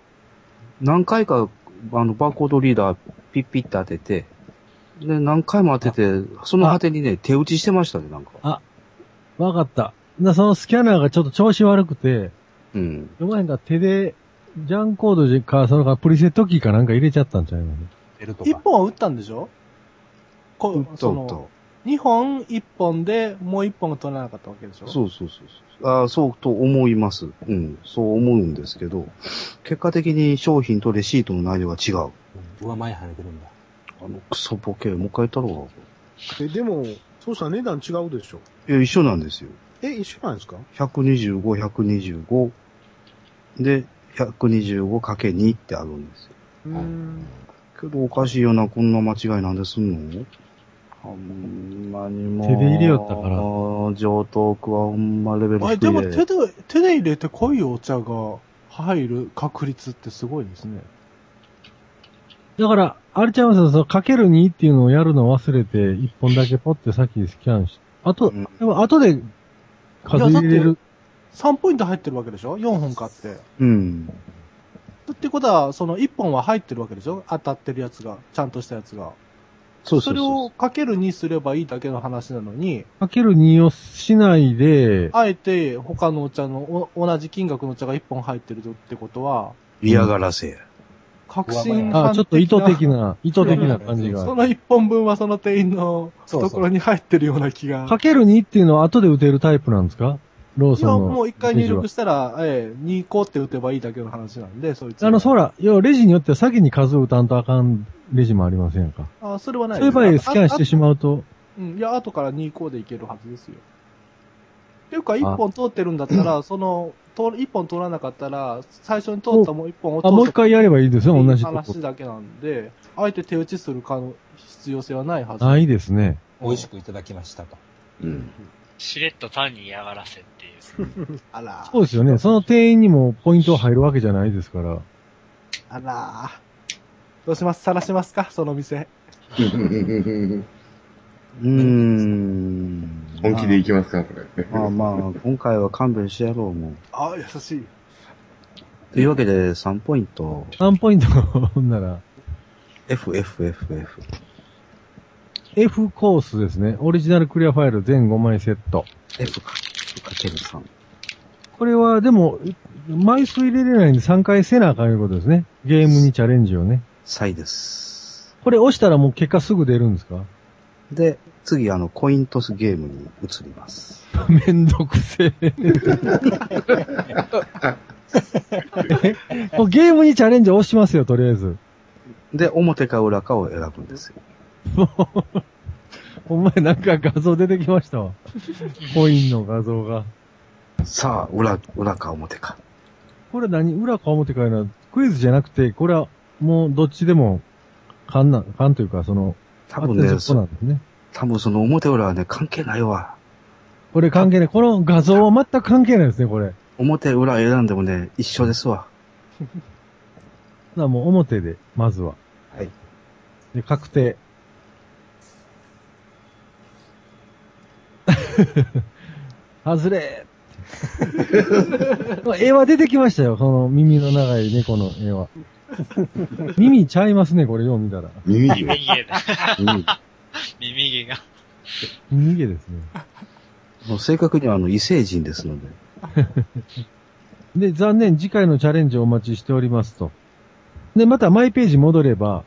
Speaker 3: 何回か、あの、バーコードリーダーピッピッて当てて、で、何回も当てて、その果てにね、手打ちしてましたね、なんか。
Speaker 7: わかった。な、そのスキャナーがちょっと調子悪くて、
Speaker 3: うん。
Speaker 7: 読まへんから手で、ジャンコードか、そのか、プリセットキーかなんか入れちゃったんちゃいます
Speaker 1: 出ると
Speaker 4: 一
Speaker 1: か。
Speaker 4: 本は打ったんでしょこ
Speaker 3: 打った
Speaker 4: そ
Speaker 3: 打った。
Speaker 4: の、二本一本でもう一本が取らなかったわけでしょう。
Speaker 3: そうそうそうそう。ああ、そうと思います。うん。そう思うんですけど、結果的に商品とレシートの内容が違う。
Speaker 1: 上前跳ねてるんだ。
Speaker 3: あの、クソボケ、もう一回言ったろ
Speaker 8: とえ、でも、そうしたら値段違うでしょ。
Speaker 3: う。いや、一緒なんですよ。
Speaker 8: え、一緒なんですか
Speaker 3: 125、125。で、125×2 ってあるんですよ。
Speaker 8: うーん。
Speaker 3: けどおかしいよな、こんな間違いなんですんのほんまにもう。
Speaker 7: 手で入れよったか
Speaker 3: ら。
Speaker 7: ら
Speaker 3: 上等区はほんまレベル低
Speaker 4: あ
Speaker 3: い
Speaker 4: でも手で、手で入れて濃いお茶が入る確率ってすごいですね。
Speaker 7: だから、あれちゃいますよ、そのかける2っていうのをやるのを忘れて、一本だけポッてさっきスキャンし、あと、
Speaker 3: うん
Speaker 7: でも後で数入れる。
Speaker 4: 3ポイント入ってるわけでしょ ?4 本買って。
Speaker 3: うん。
Speaker 4: ってことは、その1本は入ってるわけでしょ当たってるやつが、ちゃんとしたやつが。
Speaker 3: そう
Speaker 4: そ
Speaker 3: そう
Speaker 4: れ
Speaker 3: そう
Speaker 4: を。かける2すればいいだけの話なのに、
Speaker 7: かける2をしないで、
Speaker 4: あえて他のお茶のお同じ金額のお茶が1本入ってるってことは、
Speaker 3: 嫌がらせや。
Speaker 4: 確信
Speaker 7: あ
Speaker 4: 犯
Speaker 7: ちょっと意図的
Speaker 4: な。
Speaker 7: な、意図的な感じ
Speaker 4: その
Speaker 7: が。
Speaker 4: 1本分はその店員の
Speaker 1: そうそう
Speaker 4: 懐に入ってるような気が。
Speaker 7: かける2っていうのは後で打てるタイプなんですかロー
Speaker 4: いや、
Speaker 7: ソンの。
Speaker 4: もう一回入力
Speaker 7: し
Speaker 4: したら、ええ、2個って打てばいいだけの話なんで、そいつ。
Speaker 7: あの、そら、要はレジによっては先に数を打たんとあかんレジもありませんか。
Speaker 4: あ、それはない
Speaker 7: そういえばスキャンして
Speaker 4: ま
Speaker 7: しまう
Speaker 4: う。
Speaker 7: と、
Speaker 4: うん、いや、後から2個でいけるはずですよ。っていうか、1本通ってるんだったら、その、通1本通らなかったら、最初に通ったもう1本を通
Speaker 7: あ、もう一回やればいいですよ、同じとこ
Speaker 4: 話。だけなんで、あえて手打ちする可能必要性はないはず。
Speaker 7: ないですね。
Speaker 1: 美味しくいただきましたと。
Speaker 2: うん。
Speaker 5: しれっと単に嫌がらせっていう。
Speaker 4: あら、
Speaker 7: そうですよね。その店員にもポイント入るわけじゃないですから。
Speaker 4: あら。どうします晒しますかその店。
Speaker 3: うーん。
Speaker 2: 本気でいきますか、これ。
Speaker 3: まあまあ、今回は勘弁してやろう、もう。
Speaker 4: あ、優しい。
Speaker 3: というわけで、3ポイント。
Speaker 7: 3ポイントほんなら、
Speaker 3: F、F、F、F。
Speaker 7: F コースですね。オリジナルクリアファイル全5枚セット。
Speaker 3: F か。かける3。
Speaker 7: これは、でも、枚数入れれないんで3回せなあかんいうことですね。ゲームにチャレンジをね。
Speaker 3: 歳です。
Speaker 7: これ押したらもう結果すぐ出るんですか
Speaker 3: で、次、あの、コイントスゲームに移ります。
Speaker 7: めんどくせえ。 もうゲームにチャレンジ押しますよ、とりあえず。
Speaker 3: で、表か裏かを選ぶんですよ。
Speaker 7: お前なんか画像出てきましたわ。コインの画像が。
Speaker 3: さあ、裏、裏か表か。
Speaker 7: これ何裏か表かいうのは、クイズじゃなくて、これはもうどっちでも、勘な、勘というか、その、
Speaker 3: 多分ね、
Speaker 7: そうな
Speaker 3: そ
Speaker 7: んですね。
Speaker 3: 多分その表裏はね、関係ないわ。
Speaker 7: これ関係ない。この画像は全く関係ないですね、これ。
Speaker 3: 表裏選んでもね、一緒ですわ。
Speaker 7: なもう表で、まずは。
Speaker 3: はい。
Speaker 7: で、確定。 外れ まあ絵は出てきましたよ、その耳の長い猫の 絵は。耳ちゃいますね、これよう見たら。
Speaker 2: 耳毛。
Speaker 5: 耳毛だ。
Speaker 2: 耳毛
Speaker 5: 耳毛が。
Speaker 7: 耳毛ですね。
Speaker 3: もう正確にはあの異星人ですので。
Speaker 7: で、残念、次回のチャレンジをお待ちしておりますと。で、またマイページ戻れば、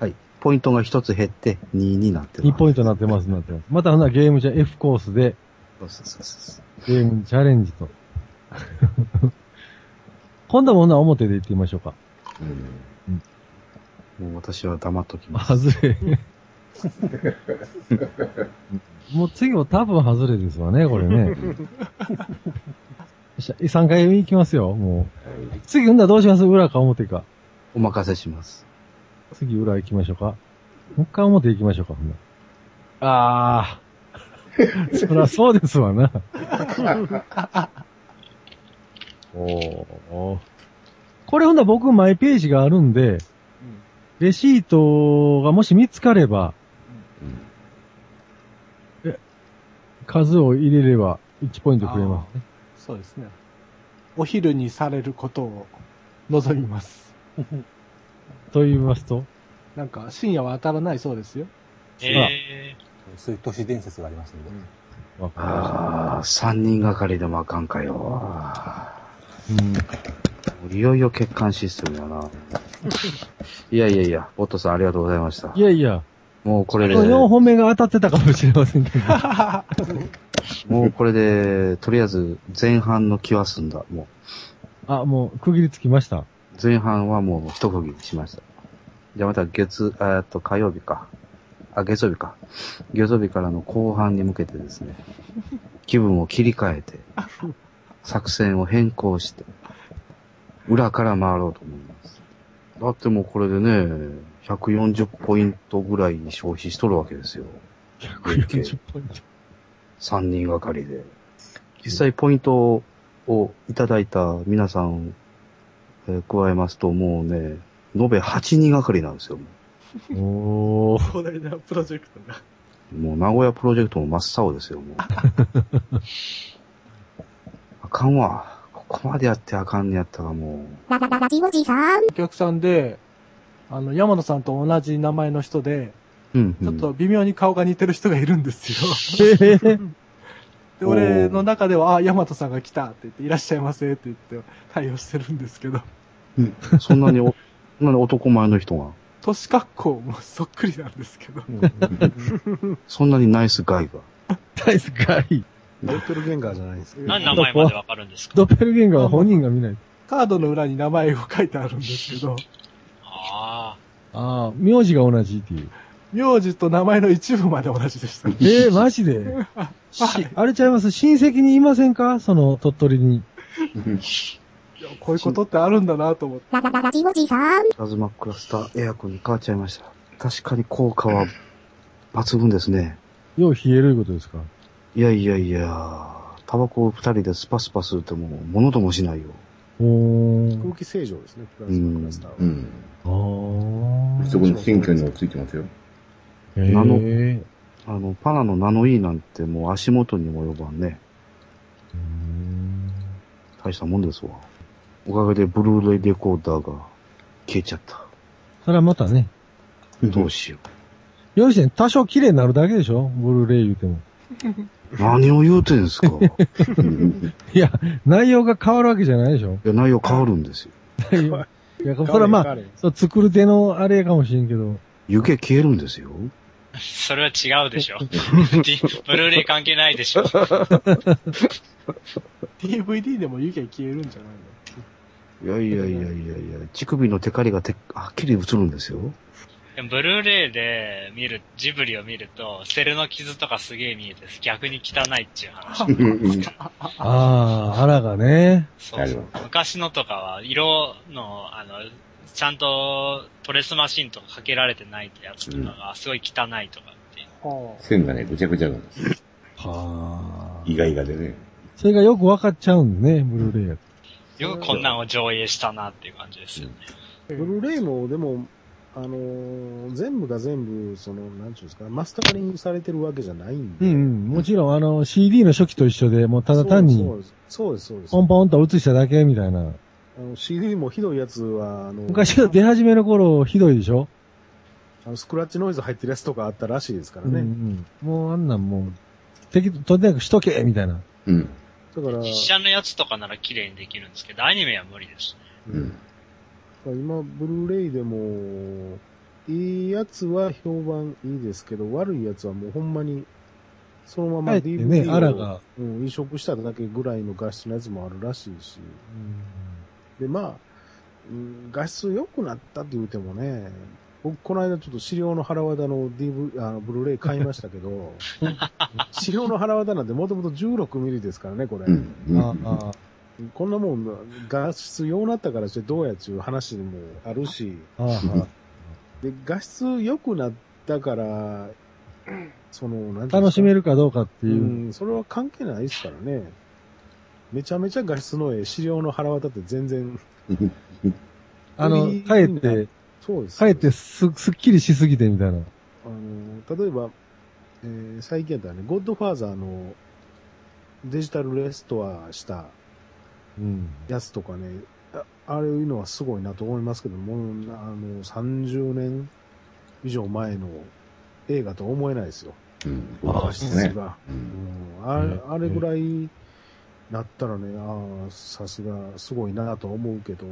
Speaker 3: はい。ポイントが一つ減って2になってます。
Speaker 7: 2ポイントになってます、なってます。またほなゲームじゃ F コースで、
Speaker 3: そうそうそうそう
Speaker 7: ゲームにチャレンジと。 今度もほな表で行ってみましょうか。
Speaker 3: もう私は黙っときます。
Speaker 7: 外れ。もう次も多分外れですわね、これね。よっしゃ3回目行きますよ、もう。次、うんだどうします裏か表か。
Speaker 3: お任せします。
Speaker 7: 次、裏行きましょうか。もう一回表行きましょうか、ほんなああ。 そらそうですわな。おお。これほんなら僕、マイページがあるんで、レシートがもし見つかれば、え数を入れれば1ポイントくれますね。
Speaker 4: そうですね。お昼にされることを望みます。
Speaker 7: と言いますと、
Speaker 4: なんか、深夜は当たらないそうですよ。
Speaker 5: え
Speaker 1: そういう都市伝説がありますんで。
Speaker 7: わかりました
Speaker 3: ああ、3人がかりでもあかんかよ。も
Speaker 7: うん
Speaker 3: ういよいよ欠陥システムや な。いやいやいや、ボットさんありがとうございました
Speaker 7: い。やいや、
Speaker 3: もうこれで、
Speaker 7: 4
Speaker 3: も
Speaker 7: 本目が当たってたかもしれませんけど。
Speaker 3: うこれで、とりあえず前半の気は済んだ。も
Speaker 7: あ、もう区切りつきま した。
Speaker 3: う前半はもう一区切りしました。じゃあまた月、えーっと、火曜日か。あ、月曜日か。月曜日からの後半に向けてですね、気分を切り替えて、作戦を変更して、裏から回ろうと思います。だってもうこれでね、140ポイントぐらい消費しとるわけですよ。
Speaker 7: 140ポイント。
Speaker 3: 3人がかりで。実際ポイントをいただいた皆さん、えー加えますともうね、延べ8人がかりなんですよ。
Speaker 7: おー。
Speaker 4: これなプロジェクトが。
Speaker 3: もう名古屋プロジェクトも真っ青ですよ、もう。 あかんわ。ここまでやってあかんねやったらも
Speaker 6: ララララジオジさん。
Speaker 4: お客さんで、あの、山野さんと同じ名前の人で、
Speaker 3: う。うん、う
Speaker 4: ちょっ
Speaker 3: ん。
Speaker 4: と微妙に顔が似てる人がいるんですよ。
Speaker 7: えー
Speaker 4: で、
Speaker 3: おー
Speaker 4: 俺の中では、あ、ヤマトさんが来たって言って、いらっしゃいませって言って対応してるんですけど、
Speaker 3: そんなにお、 そんなに男前の人が、
Speaker 4: 年格好もそっくりなんですけど、
Speaker 3: そんなにナイスガイが。
Speaker 7: ナイスガイ。
Speaker 8: ドッペルゲンガーじゃないんですけ
Speaker 5: ー、
Speaker 8: ど。
Speaker 5: 何名前までわかるんですか
Speaker 7: ドッペルゲンガーは本人が見ない。
Speaker 4: カードの裏に名前を書いてあるんですけど、
Speaker 5: あ
Speaker 7: ああ、名字が同じっていう。
Speaker 4: 名字と名前の一部まで同じでした。
Speaker 7: ええー、マジ でしあれちゃいます親戚にいませんかその、鳥取に。
Speaker 4: いやこういうことってあるんだなと思って。
Speaker 6: ララララジオジさん。
Speaker 3: プラズマクラスターエアコンに変わっちゃいました。確かに効果 は抜群ですね。
Speaker 7: よう冷えるいうことですか
Speaker 3: いやいやいや、タバコを二人でスパスパするってもう物ともしないよ。
Speaker 7: お
Speaker 8: 空
Speaker 7: ー。
Speaker 8: 気清浄ですね、プラ
Speaker 2: う
Speaker 8: ズマクラスターは。
Speaker 2: ん。
Speaker 7: あー。
Speaker 2: そこに選挙に落ちいてますよ。
Speaker 7: えー、
Speaker 3: なのあの、パナのナノイーなんてもう足元にも及ばんね。
Speaker 7: うーん
Speaker 3: 大したもんですわ。おかげでブルーレイレコーダーが消えちゃった。
Speaker 7: それはまたね。
Speaker 3: どうしよ
Speaker 7: よしね、多少綺麗になるだけでしょブルーレイ言うても。
Speaker 3: う。何を言うてん すか。い
Speaker 7: いや、内容が変わるわけじゃないでしょ
Speaker 3: や、内容変わるんですよ。
Speaker 7: 内容いや、それはまあ、
Speaker 8: 彼
Speaker 7: そう作る手のあれかもしれんけど。
Speaker 3: 湯気消えるんですよ。
Speaker 5: あ、それは違うでしょ。ブルーレイ関係ないでしょ。
Speaker 4: DVD でも湯気消えるんじゃないの
Speaker 3: いやいやいやいやいや、乳首のテカリがてはっきり映るんですよ。
Speaker 5: でもブルーレイで見る、ジブリを見ると、セルの傷とかすげえ見えて、逆に汚いっていう話。
Speaker 7: ああ、腹がね。
Speaker 5: そうそう昔のとかは、色の、あの、ちゃんとトレスマシンとかかけられてないやつとかが、すごい汚いとかっていう。
Speaker 2: 線がね、ぐちゃぐちゃなんです。
Speaker 7: はあ。
Speaker 2: 意外がでね。
Speaker 7: それがよく分かっちゃうんね、ブルーレイやと。
Speaker 5: よくこんなんを上映したなっていう感じですよね。
Speaker 8: ブルーレイも、でも、あのー全部が全部、その、なんちゅうんですか、マスタリングされてるわけじゃないん
Speaker 7: う
Speaker 8: で。
Speaker 7: んうん。もちろん、あの、CD の初期と一緒で、もうただ単
Speaker 8: そ
Speaker 7: に、
Speaker 8: うそうです、そうです。そう
Speaker 7: ポン
Speaker 8: です
Speaker 7: ポンと映しただけみたいな。
Speaker 8: あの CD もひどいやつは、あの、
Speaker 7: 昔の出始めの頃、ひどいでしょ
Speaker 8: あのスクラッチノイズ入ってるやつとかあったらしいですから
Speaker 7: う
Speaker 8: ね。
Speaker 7: んうん。もうあんなんもう、適当、とにかくしとけみたいな。
Speaker 2: うん。
Speaker 8: だから、
Speaker 5: 実写のやつとかなら綺麗にできるんですけど、アニメは無理です。
Speaker 2: うん。
Speaker 8: 今、ブルーレイでも、いいやつは評判いいですけど、悪いやつはもうほんまに、そのまま
Speaker 7: あえてね、
Speaker 8: DVD
Speaker 7: アラ
Speaker 8: を、
Speaker 7: が。
Speaker 8: うん、移植しただけぐらいの画質のやつもあるらしいし。
Speaker 7: うん
Speaker 8: で、まあ、うん画質良くなったって言うてもね、僕、この間ちょっと資料の腹渡の DV、あの、ブルーレイ買いました けど、資料の腹渡なんてもともと16ミリですからね、これ。
Speaker 2: うん。うん
Speaker 7: ああ、
Speaker 8: こんなもん、画質用なったからしてどうやっちゅう話もあるし、
Speaker 7: ああ、
Speaker 8: で、画質良くなったから、その、なんて
Speaker 7: 楽
Speaker 8: いうんですか
Speaker 7: しめるかどうかって
Speaker 8: う
Speaker 7: いう。
Speaker 8: ん、それは関係ないですからね。めちゃめちゃ画質のええ資料の腹渡って全然、
Speaker 7: あの、
Speaker 8: うん
Speaker 7: 帰って、
Speaker 8: そうです。
Speaker 7: 帰ってす、すっきりしすぎてみたいな。
Speaker 8: あの、例えば、えー最近やったらね、ゴッドファーザーのデジタルレストアした
Speaker 7: うん。
Speaker 8: やつとかね、ああれいうのはすごいなと思いますけども、うあの、30年以上前の映画とは思えないですよ。
Speaker 2: うん。
Speaker 1: あ
Speaker 2: そうですね。
Speaker 8: が。
Speaker 2: う
Speaker 8: うんんあれあれぐらいなったらね、ああ、さすがすごいなと思うけど、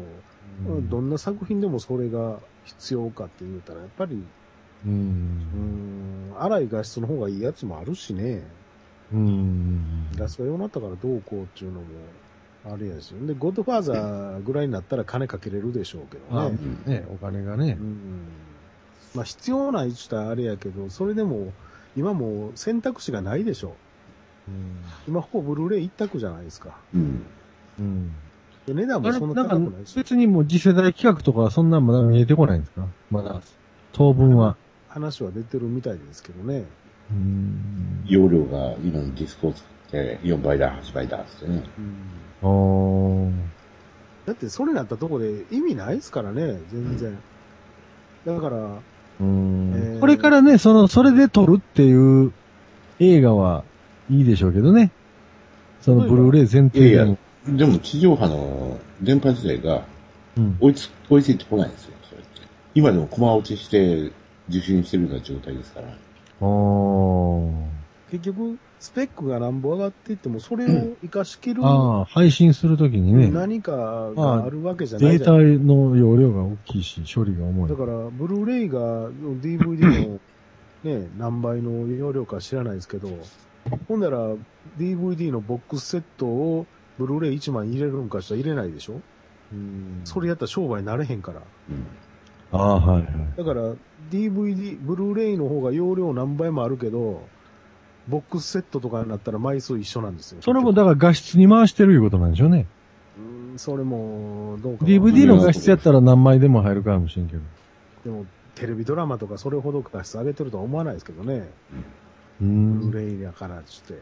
Speaker 8: どんな作品でもそれが必要かって言うたら、やっぱり、
Speaker 7: う。
Speaker 8: うんん、荒い画質の方がいいやつもあるしね。
Speaker 7: うん。
Speaker 8: ガスが弱なったからどうこうっていうのも、あれやし。で、ゴッドファーザーぐらいになったら金かけれるでしょうけ
Speaker 7: ま
Speaker 8: ど
Speaker 7: あ
Speaker 8: ね。
Speaker 7: ね、お金がね
Speaker 8: う。ん。まあ、必要ないって言ったらあれやけど、それでも、今もう選択肢がないでしょ。
Speaker 7: うん
Speaker 8: 今ほぼブルーレイ一択じゃないですか。
Speaker 2: うん。
Speaker 7: うん。
Speaker 8: で値段
Speaker 7: あ
Speaker 8: も
Speaker 7: れ、
Speaker 8: そん
Speaker 7: な
Speaker 8: な高
Speaker 7: ん
Speaker 8: く
Speaker 7: か
Speaker 8: ない、し。
Speaker 7: 別にもう次世代企画とかはそんなんまだ見えてこないんですかまだ、当分は。
Speaker 8: 話は出てるみたいですけどね。
Speaker 7: うん。
Speaker 2: 容量が今のディスクを使って4倍だ、8倍だ、つってね。
Speaker 8: うん。
Speaker 7: おー。
Speaker 8: だってそれなったとこで意味ないですからね、全然。だから、
Speaker 7: うん
Speaker 8: えー
Speaker 7: これからね、その、それで撮るっていう映画はいいでしょうけどね。その、ブルーレイ全
Speaker 2: いや
Speaker 7: 体
Speaker 2: い
Speaker 7: で
Speaker 2: や
Speaker 7: も。、
Speaker 2: でも地上波の電波時代が
Speaker 7: うん。
Speaker 2: 追いつ、追いついてこないんですよ、それって。今でも駒落ちして受信してるような状態ですから。
Speaker 7: おー。
Speaker 8: 結局、スペックがなんぼ上がっていっても、それを活かしきる
Speaker 7: ああ、配信するときにね、
Speaker 8: 何かがあるわけじゃない
Speaker 7: デ
Speaker 8: じ
Speaker 7: ータ
Speaker 8: ゃない
Speaker 7: の容量が大きいし、処理が重い。
Speaker 8: だから、ブルーレイが DVD の、ね、何倍の容量か知らないですけど、ほんなら DVD のボックスセットをブルーレイ1枚入れるんかしたら入れないでしょ
Speaker 7: うん
Speaker 8: それやったら商売になれへんから。
Speaker 2: うん。
Speaker 7: ああ、はいはい。
Speaker 8: だから、DVD、ブルーレイの方が容量何倍もあるけど、ボックスセットとかになったら枚数一緒なんですよ。
Speaker 7: それも、だから画質に回してるいうことなんでしょうね。
Speaker 8: うんそれも、どうかな
Speaker 7: DVD の画質やったら何枚でも入るかもしれんけど。
Speaker 8: でも、テレビドラマとかそれほど画質上げてるとは思わないですけどね。
Speaker 7: う
Speaker 8: ブ
Speaker 7: ん。
Speaker 8: ルーレイだからっつって。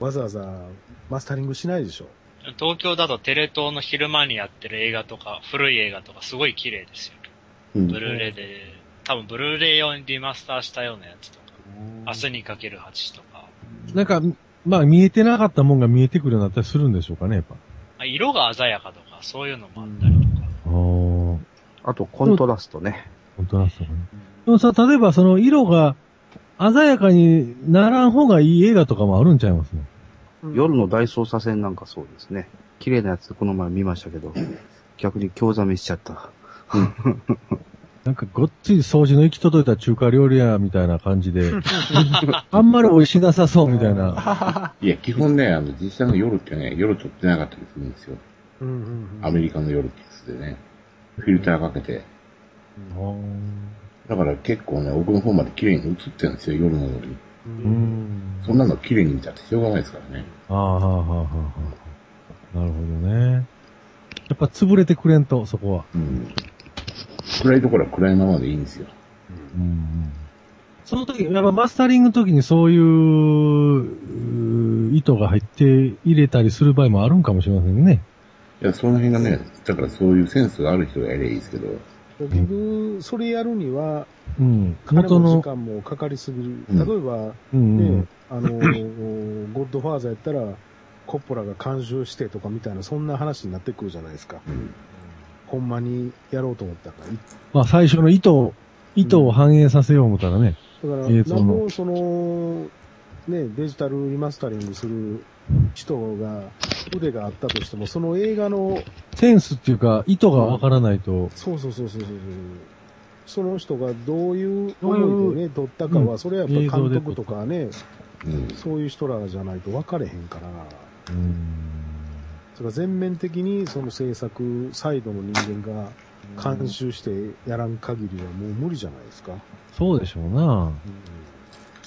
Speaker 8: わざわざマスタリングしないでしょ。
Speaker 5: 東京だとテレ東の昼間にやってる映画とか、古い映画とかすごい綺麗ですよ。
Speaker 2: うん
Speaker 5: ブルーレイで、多分ブルーレイ用にリマスターしたようなやつとか、明日にかける8とか、
Speaker 7: なんか、まあ見えてなかったもんが見えてくるようになったりするんでしょうかね、やっぱ。
Speaker 5: まあ色が鮮やかとか、そういうのもあったりとか。
Speaker 7: ああ、本
Speaker 3: あと、コントラストね。
Speaker 7: 当なんですかね。でもさ、例えばその色が鮮やかにならん方がいい映画とかもあるんちゃいますね。
Speaker 3: 夜の大捜査線なんかそうですね。綺麗なやつ、この前見ましたけど、逆に興ざめしちゃった。
Speaker 7: なんかごっつい掃除の行き届いた中華料理屋みたいな感じ で、あんまり美味しなさそうみたいな。
Speaker 2: いや、基本ね、あの、実際の夜ってね、夜撮ってなかったりするんですよ。
Speaker 8: うんうんう
Speaker 2: ア
Speaker 8: ん。
Speaker 2: メリカの夜ってやつでね。フィルターかけて。だから結構ね、奥の方まで綺麗に映ってるんですよ、夜なのに。
Speaker 8: う
Speaker 7: うんん。
Speaker 2: そんなの綺麗に見たってしょうがないですからね。
Speaker 7: ああ、はあ、はあ、はあ。なるほどね。やっぱ潰れてくれんと、そこは。
Speaker 2: うん。暗いところは暗いままでいいんですよ。
Speaker 7: うん。その時、やっぱマスタリングの時にそういううー、意図が入って入れたりする場合もあるんかもしれませんね。
Speaker 2: いや、その辺がね、だからそういうセンスがある人がやればいいですけど、
Speaker 8: 結局、それやるには、
Speaker 7: うん。
Speaker 8: 金
Speaker 7: 元
Speaker 8: も時
Speaker 7: の、
Speaker 8: 間もかかりすぎる。
Speaker 2: うん
Speaker 8: 例え
Speaker 7: う
Speaker 8: ば、
Speaker 7: ん、うん
Speaker 8: ね、あ の、ゴッドファーザーやったら、コッポラが監修してとかみたいな、そんな話になってくるじゃないですか。
Speaker 2: うん
Speaker 8: ほんまにやろうと思ったから。
Speaker 7: まあ最初の意図を、意図を反映させよう思ったらね。
Speaker 8: だから、
Speaker 7: えーその
Speaker 8: なんぼその、ね、デジタルリマスタリングする人が腕があったとしても、その映画の、
Speaker 7: センスっていうか、意図がわからないと、
Speaker 8: そうそうそうそうそうそう、その人がどういう思いでね、撮ったか
Speaker 7: うん
Speaker 8: は、それはやっぱ監
Speaker 7: 映像で撮った
Speaker 8: 督とかね、
Speaker 2: うん。
Speaker 8: そういう人らじゃないと分かれへんから、
Speaker 7: うん。
Speaker 8: それが全面的にその制作サイドの人間が監修してやらん限りはもう無理じゃないですか。
Speaker 7: そうでしょうな。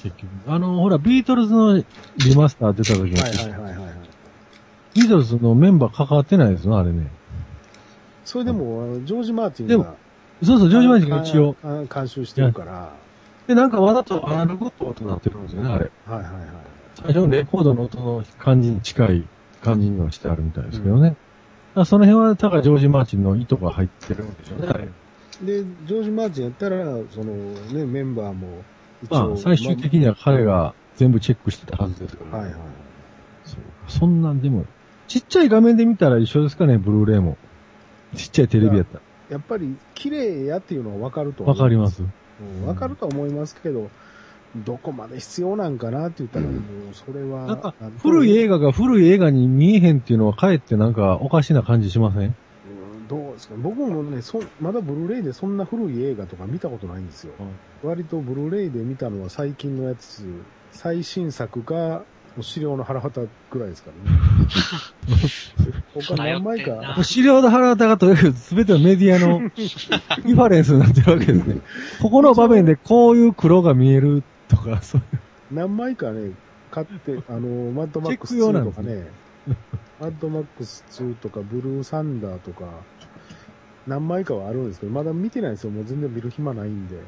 Speaker 7: 結局。あの、ほら、ビートルズのリマスター出た時に、
Speaker 8: はいはいはいはいはい。
Speaker 7: ビートルズのメンバー関わってないですよ、あれね。
Speaker 8: それでも、あのジョージ・マーティ
Speaker 7: で
Speaker 8: ン
Speaker 7: も
Speaker 8: が、
Speaker 7: そうそう、ジョージ・マーティンが一応。
Speaker 8: あ。監修してるから。
Speaker 7: で、なんかわざとアナログって音になってるんですよね、あれ。
Speaker 8: はいはいはい。
Speaker 7: 最初のレコードの音の感じに近い感じにはしてあるみたいですけどね。だからその辺は、だからジョージ・マーチンの意図が入ってるんでしょうね、あれ。
Speaker 8: で、ジョージ・マーチンやったら、そのね、メンバーも一応、
Speaker 7: まあ、最終的には彼が全部チェックしてたはずですから、
Speaker 8: まあはい
Speaker 7: い。
Speaker 8: はい。
Speaker 7: そうかそんなんでも、ちっちゃい画面で見たら一緒ですかね、ブルーレイも。ちっちゃいテレビやったら。
Speaker 8: やっぱり、綺麗やっていうのは分かるとは
Speaker 7: わ
Speaker 8: 思う
Speaker 7: かります。
Speaker 8: うんわかるとは思いますけど、どこまで必要なんかなって言ったら、もうそれは。
Speaker 7: なんか、古い映画が古い映画に見えへんっていうのはかえってなんかおかしな感じしません
Speaker 8: うんどうですか僕もねそ、まだブルーレイでそんな古い映画とか見たことないんですよ。割とブルーレイで見たのは最近のやつ、最新作か、資料の腹旗ぐらいで すからね。他何枚
Speaker 5: 迷ってん
Speaker 8: か
Speaker 5: な。
Speaker 7: 資料の腹渡がとにかく全てのメディア のリファレンスになってるわけですね。ここの場面でこういう黒が見えるとか、そういう。
Speaker 8: 何枚かね、買 って、あの、マッドマックス
Speaker 7: チェック用な
Speaker 8: 2
Speaker 7: ん
Speaker 8: と
Speaker 7: です
Speaker 8: かね、 マッドマックス2とか、ブルーサンダーとか、何枚かはあるんですけど、まだ見てないんですよ。もう全然見る暇ないんで。だ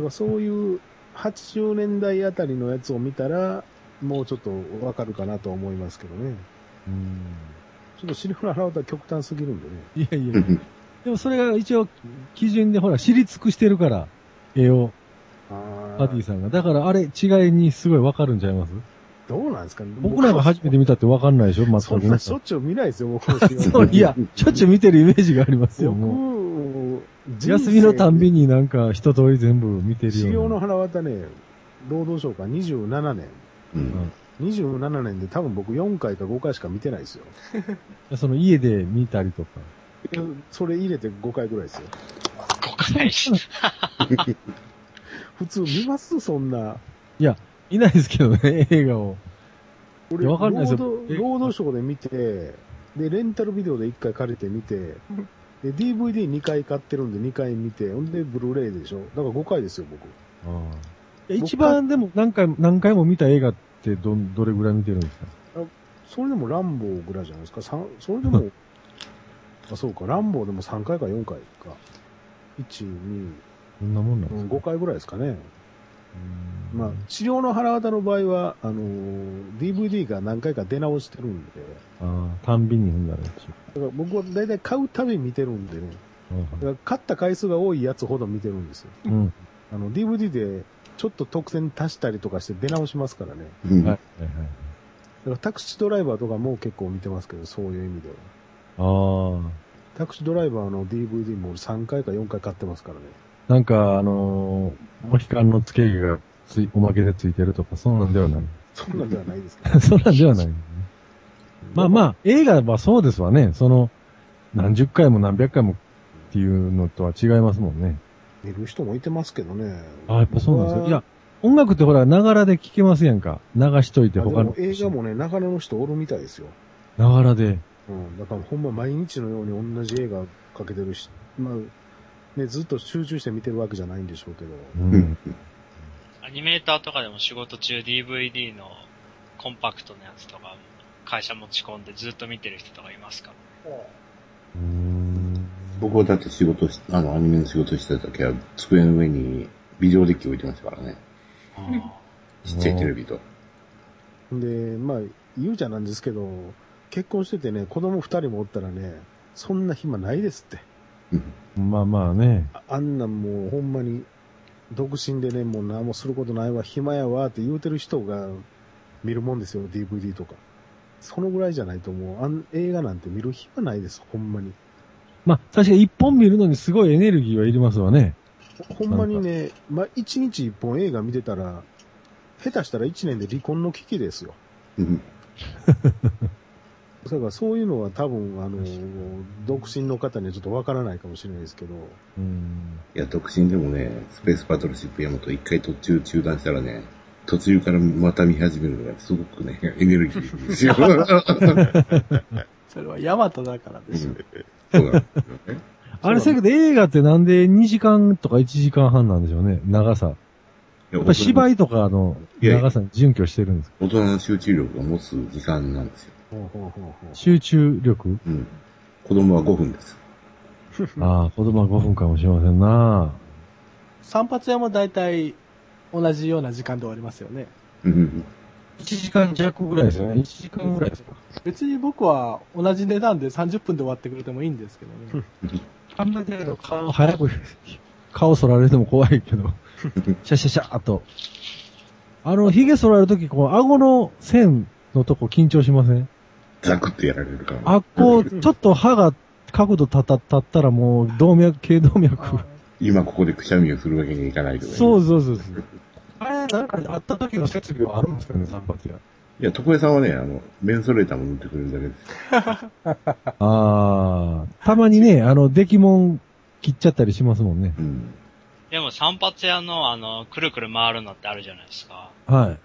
Speaker 8: からそういう80年代あたりのやつを見たら、もうちょっとわかるかなとは思いますけどね。ちょっとシルフラハラウタは極端すぎるんでね。
Speaker 7: いやいや。でもそれが一応基準でほら知り尽くしてるから、絵を、
Speaker 8: あ
Speaker 7: パティさんが。だからあれ違いにすごいわかるんちゃいます
Speaker 8: どうなんですかね。
Speaker 7: 僕なんか初めて見たってわかんないでしょ全く。
Speaker 8: そんなしょっちゅう見ないですよ、僕も知らな い
Speaker 7: そういや、しょっちゅう見てるイメージがありますよ、もう。
Speaker 8: 僕、
Speaker 7: 休みのたん
Speaker 8: に
Speaker 7: びになんか一通り全部見てる
Speaker 8: 修
Speaker 7: よ
Speaker 8: 行
Speaker 7: う
Speaker 8: の
Speaker 7: な。
Speaker 8: 腹渡ね、労働省から27年。
Speaker 2: うん。
Speaker 8: 27年で多分僕4回か5回しか見てないですよ。
Speaker 7: その家で見たりとか。
Speaker 8: それ入れて5回ぐらいですよ。
Speaker 5: 誤解し
Speaker 8: 普通見ますそんな。
Speaker 7: いないですけどね、映画を。い
Speaker 8: 俺、
Speaker 7: やわかんないですよ
Speaker 8: 労働労働省で見て、で、レンタルビデオで1回借りて見て、で、DVD2 回買ってるんで2回見て、ほんで、ブルーレイでしょ。だから5回ですよ、僕。
Speaker 7: いや一番でも何回も、何回も見た映画ってどん、どれぐらい見てるんですか
Speaker 8: それでもランボーぐらいじゃないですか。さんそれ でも、あ、そうか、ランボーでも3回か4回か。1、2、
Speaker 7: そんなもんなんで
Speaker 8: う
Speaker 7: す
Speaker 8: ん
Speaker 7: か
Speaker 8: 5回ぐらいですかね。
Speaker 7: うん
Speaker 8: まあ、治療の腹渡の場合は、あのー DVD が何回か出直してるんで、
Speaker 7: ああ、たんびに踏んだら一
Speaker 8: だから僕は大体買うたび見てるんでね、だか
Speaker 7: 応。
Speaker 8: ら買った回数が多いやつほど見てるんですよ。
Speaker 7: うん。
Speaker 8: あの、DVD でちょっと特典足したりとかして出直しますからね。
Speaker 2: うん
Speaker 7: はい、はい、はい。
Speaker 8: だからタクシードライバーとかも結構見てますけど、そういう意味では。
Speaker 7: ああ。
Speaker 8: タクシードライバーの DVD も3回か4回買ってますからね。
Speaker 7: なんか、あのー、モヒカンの付け毛がつい、おまけでついてるとか、そんなんではない。
Speaker 8: そんなんではないですけ ど。
Speaker 7: そんなんではない。 まあまあ、映画はそうですわね。その、何十回も何百回もっていうのとは違いますもんね。
Speaker 8: 見る人もいてますけどね。
Speaker 7: あやっぱそうなんですよ。い
Speaker 8: 僕は
Speaker 7: や、音楽ってほら、ながらで聴けますやんか。流しといて、
Speaker 8: あで
Speaker 7: 他の
Speaker 8: も。映画。もね、なかなかの人おるみたいですよ。
Speaker 7: ながらで。
Speaker 8: うん、だからほんま毎日のように同じ映画かけてるし、まあ、ね、ずっと集中して見てるわけじゃないんでしょうけど、
Speaker 7: う
Speaker 2: うんん。
Speaker 5: アニメーターとかでも仕事中 DVD のコンパクトのやつとか会社持ち込んでずっと見てる人とかいますから。
Speaker 7: うん
Speaker 2: 僕はだって仕事し、あの、アニメの仕事してた時は、机の上にビデオデッキ置いてましたからね。ちっちゃいテレビと。
Speaker 8: で、まあ、ゆうちゃんなんですけど、結婚しててね、子供二人もおったらね、そんな暇ないですって。
Speaker 7: まあまあね。
Speaker 8: ああんなんもうほんまに、独身でね、もう何もすることないわ、暇やわって言うてる人が見るもんですよ、DVD とか。そのぐらいじゃないともう、あん映画なんて見る暇ないです、ほんまに。
Speaker 7: まあ、確かに一本見るのにすごいエネルギーはいりますわね。
Speaker 8: ほんまにね、まあ、一日一本映画見てたら、下手したら一年で離婚の危機ですよ。
Speaker 2: うん
Speaker 8: だからそういうのは多分、あの、独身の方にはちょっとわからないかもしれないですけど、
Speaker 7: うん。
Speaker 2: いや、独身でもね、スペースバトルシップヤマト一回途中中断したらね、途中からまた見始めるのがすごくね、 エネルギーいるんです よ。
Speaker 4: それはヤマトだからですよ。
Speaker 2: そうなんですよね。
Speaker 7: あれ、せやけど映画ってなんで2時間とか1時間半なんでしょうね、長さ。
Speaker 2: や
Speaker 7: やっぱ芝
Speaker 2: 居
Speaker 7: 居とかの
Speaker 2: いやいや
Speaker 7: 長さに準拠してるんですか
Speaker 2: 大人の集中力が持つ時間なんですよ。
Speaker 8: ほうほうほうほう
Speaker 7: 集中力
Speaker 2: うん。子供は5分です。
Speaker 7: ああ、子供は5分かもしれませんな
Speaker 4: 散髪屋も大体同じような時間で終わりますよね。
Speaker 2: うん。
Speaker 1: 1時間弱ぐらいですよね。1時間ぐらいですか。
Speaker 4: 別に僕は同じ値段で30分で終わってくれてもいいんですけどね。
Speaker 1: あんまりだけど顔
Speaker 7: 早く顔剃られても怖い けど、シャシャシャーっと。あの、髭剃られるとき、こう、顎の線のとこ緊張しません
Speaker 2: ザクッとやられるから。
Speaker 7: あっ こう、ちょっと歯が角度たた立ったらもう、動脈、頸動脈。
Speaker 2: 今ここでくしゃみをするわけにはいかないとか、ね。
Speaker 7: そうそうそうそう。
Speaker 1: あれ、なんか会った時の設備はあるんですかね、散髪屋。
Speaker 2: いや、徳江さんはね、あの、メンソレーターも塗ってくれるだけです。
Speaker 7: ああ、たまにね、あの、出来もん切っちゃったりしますもんね。
Speaker 2: うん。
Speaker 5: でも散髪屋のあの、くるくる回るのってあるじゃないですか。
Speaker 7: はい。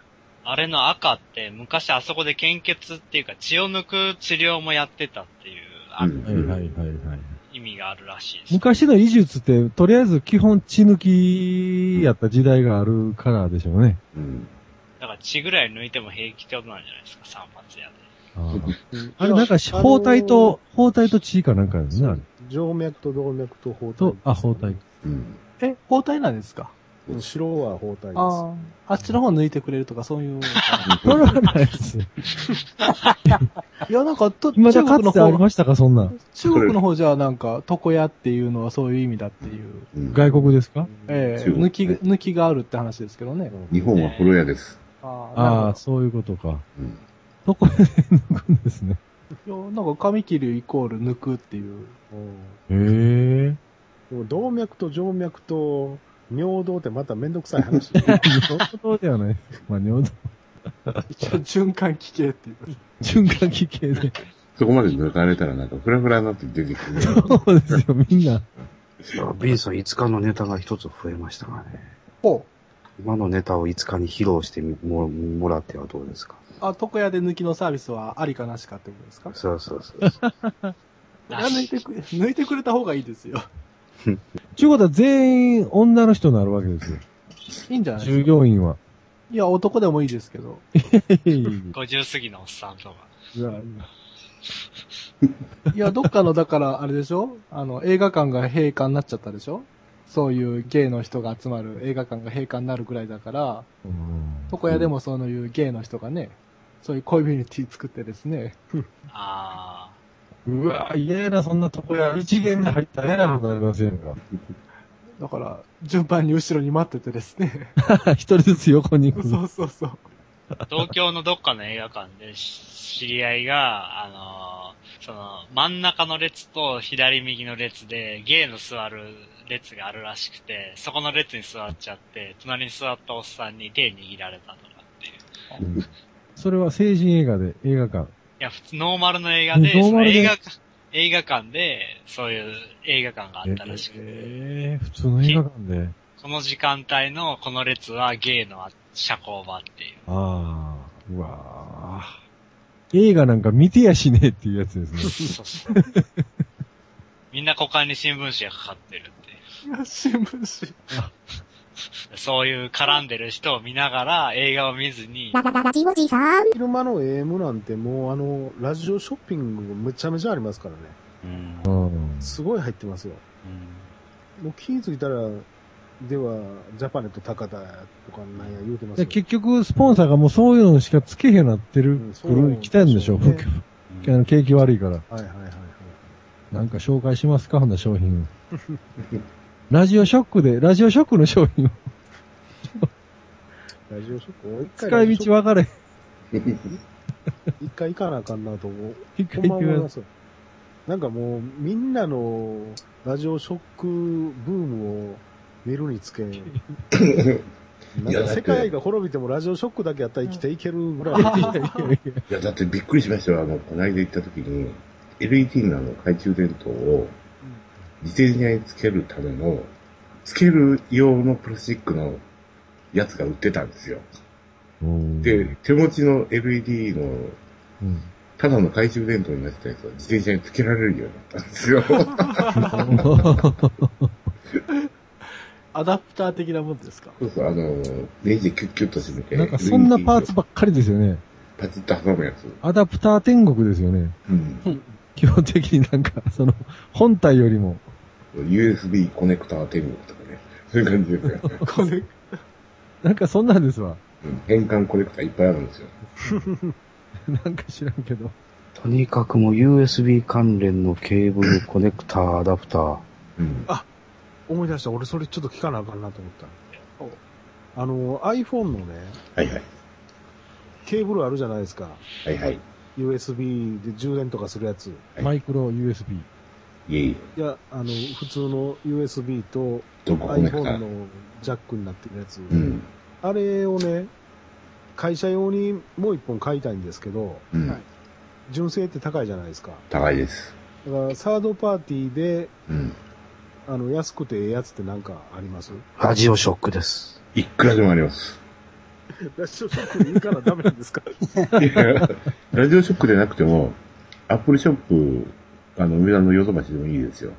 Speaker 5: あれの赤って昔あそこで献血っていうか血を抜く治療もやってたっていう、あ
Speaker 2: うん
Speaker 7: はいはいはいはい。
Speaker 5: 意味があるらしいです。
Speaker 7: 昔の医術って、とりあえず基本血抜きやった時代があるからでしょうね。
Speaker 2: うん。
Speaker 5: だから血ぐらい抜いても平気ってことなんじゃないですか、散髪屋で。
Speaker 7: あ
Speaker 8: うん
Speaker 7: あれなんか、包帯と、包帯と血かなんかですね、あれ。
Speaker 8: 静脈と動脈と包帯、
Speaker 7: と、あ、包帯。。
Speaker 2: うん。
Speaker 4: え、包帯なんですか
Speaker 8: うん白は包帯です。
Speaker 4: ああ。あっちの方抜いてくれるとかそういう。
Speaker 7: それはないです。
Speaker 4: いや、なんか、と
Speaker 7: 今じ
Speaker 4: 中
Speaker 7: ゃか
Speaker 4: 国の
Speaker 7: つてあり
Speaker 4: 方、
Speaker 7: ましたか、そんなん。
Speaker 4: 中国の方じゃなんか、床屋っていうのはそういう意味だっていう。
Speaker 2: うん
Speaker 7: 外国ですか
Speaker 4: ええ
Speaker 2: 中国
Speaker 4: 抜き、抜きがあるって話ですけどね。
Speaker 2: 日本は風呂屋です。
Speaker 4: あ
Speaker 7: ああ、そういうことか。
Speaker 2: うん。
Speaker 7: どこで抜くんですね。
Speaker 4: あ。いや、なんか、髪切るイコール抜くっていう。
Speaker 8: うん
Speaker 7: へえ。
Speaker 8: でも動脈と静脈と尿道ってまためんどく さい話。
Speaker 7: 尿道ではない。まあ、尿道。
Speaker 4: 一応、循環器系っていう。
Speaker 7: 循環器系 で。
Speaker 2: そこまで抜かれたらなんかフラフラになって出てく るね。
Speaker 7: そうですよ、みんな。
Speaker 3: ビンさん、5日のネタが一つ増えましたがね。
Speaker 4: ほ
Speaker 3: 今のネタを5日に披露してみももらってはどうですか
Speaker 4: う。あ、床屋で抜きのサービスはありかなしかってことですか
Speaker 3: そうそうそうそう。
Speaker 4: いや抜いてく、 抜いてくれた方がいいですよ。
Speaker 7: ちゅうことは全員女の人になるわけですよ。
Speaker 4: いいんじゃないです
Speaker 7: 従
Speaker 4: か
Speaker 7: 業員は。
Speaker 4: いや、男でもいいですけど。
Speaker 5: 50過ぎのおっさんとか。
Speaker 4: いや、どっかの、だから、あれでしょあの、映画館が閉館になっちゃったでしょそういうゲイの人が集まる映画館が閉館になるぐらいだから、
Speaker 7: うん
Speaker 4: 床屋でもそういうゲイの人がね、そういうコミュニティ作ってですね、
Speaker 5: あ
Speaker 1: うわ嫌やな、そんなとこや。一元で入ったらえらいことになりますやんか。
Speaker 4: だから、順番に後ろに待っててですね、
Speaker 7: 一人ずつ横に行く。
Speaker 4: そうそうそう。
Speaker 5: あ。東京のどっかの映画館でし知り合いが、あのーその、真ん中の列と左右の列で、ゲイの座る列があるらしくて、そこの列に座っちゃって、隣に座ったおっさんに手握られたとかっていう。
Speaker 7: それは成人映画で、映画
Speaker 5: い
Speaker 7: 館。
Speaker 5: や、普通、ノーマルの映画で、
Speaker 7: ノー
Speaker 5: その
Speaker 7: マルで
Speaker 5: 映画館、映画館で、そういう映画館があったらしくて、
Speaker 7: えー、普通の映画館で。
Speaker 5: この時間帯のこの列はゲイの社交場っていう。
Speaker 7: ああ、うわあ。映画なんか見てやしねえっていうや つですね。
Speaker 5: そう そう。みんな股間に新聞紙がかかってるっていう。
Speaker 4: いや、新聞
Speaker 5: そういう絡んでる人を見ながら映画を見ずに、
Speaker 6: ララララジオジさん。
Speaker 8: 昼間の AM なんてもうあの、ラジオショッピングめちゃめちゃありますからね。
Speaker 7: う
Speaker 8: すごい入ってますよ。もう気ぃ付いたら、では、ジャパネット高田とかなんや言うてま
Speaker 7: ん、
Speaker 8: す
Speaker 7: で
Speaker 8: よ。
Speaker 7: 結局、スポンサーがもうそういうのしかつけへんなってる。
Speaker 8: うん
Speaker 7: 来る、来てんでしょ、
Speaker 8: そうなんでしょうね
Speaker 7: ふあの景気悪いから。
Speaker 8: はいはいはいはい。
Speaker 7: なんか紹介しますか、ほんな商品を。 ラジオショックで、ラジオショックの商品を。
Speaker 8: ラジオショック、
Speaker 7: 使い道分かれへん。
Speaker 8: 一回行かなあかんなと思う。
Speaker 7: 一回
Speaker 8: ほんま
Speaker 7: 行き
Speaker 8: 思いま。
Speaker 7: ます
Speaker 8: なんかもう、みんなのラジオショックブームを見るに つけ、なんか世界が滅びてもラジオショックだけやったら生きていけるぐら い。
Speaker 2: いや、だってびっくりしましたよ。あの、この間行った時に、LED のあの懐中電灯を、自転車につけるための、つける用のプラスチックのやつが売ってたんですよ。
Speaker 7: す。
Speaker 2: で、手持ちの LED の、
Speaker 7: うん、
Speaker 2: ただの懐中電灯になってたやつは自転車につけられるようになったんです よ。
Speaker 4: アダプター的なもんですか
Speaker 2: そうそう、あの、ネジキュッキュッと締めて。
Speaker 7: なんかそんなパーツばっかりですよね。
Speaker 2: パチッと挟むやつ。
Speaker 7: アダプター天国ですよね。
Speaker 2: うん。
Speaker 7: 基本的になんか、その、本体よりも。
Speaker 2: USB コネクター天国とかね。そういう感じですよ。
Speaker 4: これ
Speaker 7: なんかそんなんですわ。
Speaker 2: うん変換コネクターいっぱいあるんですよ。
Speaker 7: なんか知らんけど。
Speaker 3: とにかくもう USB 関連のケーブル、コネクター、アダプター。
Speaker 2: うん。
Speaker 8: 思い出した。俺それちょっと聞かなあかんなと思った。あの、iPhone のね、
Speaker 2: はいはい。
Speaker 8: ケーブルあるじゃないですか。
Speaker 2: はいはい。
Speaker 8: USB で充電とかするやつ。
Speaker 2: はい
Speaker 7: マイクロ USB。
Speaker 2: いえいえ。
Speaker 8: いや、あの、普通の USB と
Speaker 2: どこコネクター。
Speaker 8: iPhone のジャックになってるやつ。
Speaker 2: うん。
Speaker 8: あれをね、会社用にもう一本買いたいんですけど、
Speaker 2: うん。
Speaker 4: はい
Speaker 8: 純正って高いじゃないですか。
Speaker 2: 高いです。
Speaker 8: だから、サードパーティーで、
Speaker 2: うん。
Speaker 8: あの、安くてええやつってなんかあり ます
Speaker 3: ラジオショックです。
Speaker 2: いくらでもあります。
Speaker 8: ラジオショック言うからダメなんですか
Speaker 2: いやラジオショックでなくても、アップルショップ、あの、上田のヨドバシでもいいですよ。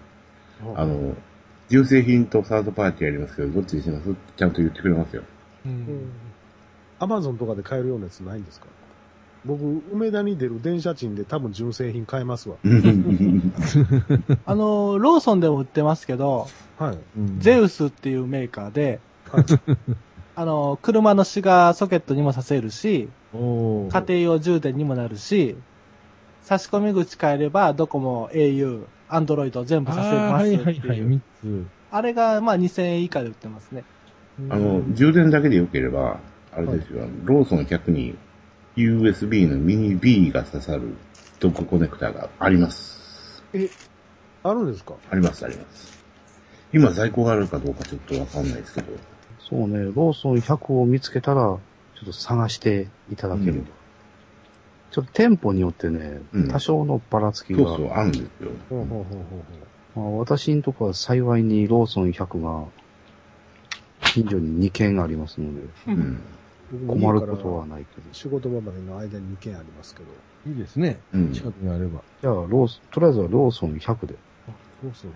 Speaker 2: あの、純正品とサードパーティーありますけど、どっちにしますってちゃんと言ってくれますよ。
Speaker 8: アマゾンとかで買えるようなやつないんですか僕、梅田に出る電車賃で多分純正品買えますわ。
Speaker 4: あの、ローソンでも売ってますけど、
Speaker 8: はい。
Speaker 7: うん
Speaker 4: ゼウスっていうメーカーで、
Speaker 8: はい
Speaker 4: あの、車のシガーソケットにもさせるし、
Speaker 7: お
Speaker 4: 家
Speaker 7: ー
Speaker 4: 庭用充電にもなるし、差し込み口変えれば、ドコモ、au、アンドロイド全部させ
Speaker 7: あー
Speaker 4: ま
Speaker 7: は
Speaker 4: す
Speaker 7: い
Speaker 4: って。
Speaker 7: はいいうはい、3つ。
Speaker 4: あれが、まあ、2000円以下で売ってますね。
Speaker 2: あの、充電だけで良ければ、あれですよ、ローソン100に USB のミニ B が刺さるドックコネクタがあります。
Speaker 8: あるんですか
Speaker 2: あります、あります。今在庫があるかどうかちょっとわかんないですけど、
Speaker 3: そうね、ローソン100を見つけたら、ちょっと探していただければ。
Speaker 2: うん
Speaker 3: ちょっと店舗によってね、
Speaker 2: うん
Speaker 3: 多少のばらつき
Speaker 2: そう
Speaker 3: が、
Speaker 2: そう、あるんですよ。
Speaker 8: ほうほうほうほ
Speaker 3: まあ、私のとこは幸いにローソン100が、近所に2軒ありますので、
Speaker 2: うん。
Speaker 8: うほう。
Speaker 3: 困ることはないけど。
Speaker 8: 仕事場までの間に2件ありますけど。
Speaker 7: いいですね。
Speaker 2: うん。
Speaker 7: 近くにあれば。
Speaker 3: じゃあ、ローソン、とりあえずはローソン100で。
Speaker 8: ローソン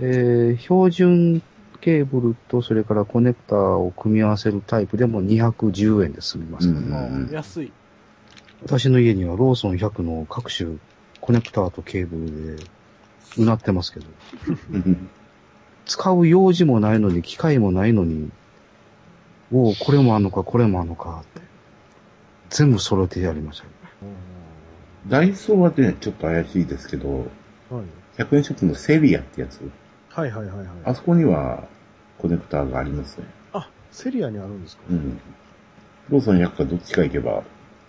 Speaker 8: 100。
Speaker 3: えー、標準ケーブルとそれからコネクターを組み合わせるタイプでも210円で済みます、
Speaker 2: うん
Speaker 4: もう安い。
Speaker 3: 私の家にはローソン100の各種コネクターとケーブルでうなってますけど、
Speaker 2: うん
Speaker 3: 使う用事もないのに、機械もないのに、おお、これもあんのか、これもあんのかって、全部揃えてやりましたよ。
Speaker 2: ダイソーはね、ちょっと怪しいですけど、
Speaker 8: はい。
Speaker 2: 100円ショップのセリアってやつ、
Speaker 8: はいはいはいはい。
Speaker 2: あそこにはコネクターがありますね。
Speaker 8: あ、セリアにあるんですか、
Speaker 2: うん。ローソン100かどっちか行けば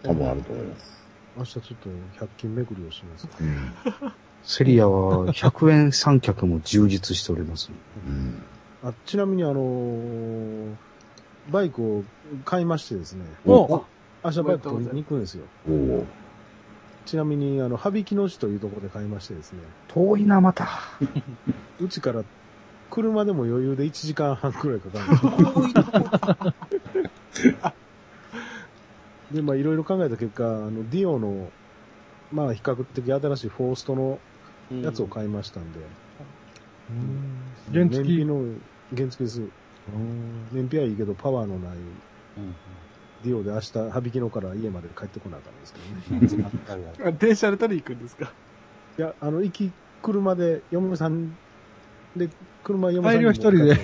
Speaker 2: 多分あると思います。
Speaker 8: 明日ちょっと100均巡りをします。
Speaker 2: うん。
Speaker 3: セリアは100円三脚も充実しております。
Speaker 2: うん。
Speaker 8: あちなみにあのーバイクを買いましてですね、
Speaker 4: お
Speaker 8: 明日バイク取りに行くんですよ。
Speaker 2: おお。
Speaker 8: ちなみに、あの、羽曳野市というところで買いましてですね、
Speaker 3: 遠いな、また。
Speaker 8: うちから車でも余裕で1時間半くらいかかるんです。で、まあ、いろいろ考えた結果、あの、ディオの、まあ、比較的新しいフォーストのやつを買いましたんで、
Speaker 7: 原
Speaker 8: 燃
Speaker 7: 付
Speaker 8: 費
Speaker 7: き。
Speaker 8: の、原付です。燃費はいいけど、パワーのない、ディオで明日、羽曳野から家まで帰ってこなあかったんですけどね。
Speaker 4: あ電車で取りに行くんですか
Speaker 8: いや、あの、行き、車で、嫁さん、で、車嫁さん
Speaker 7: 帰りは一人で。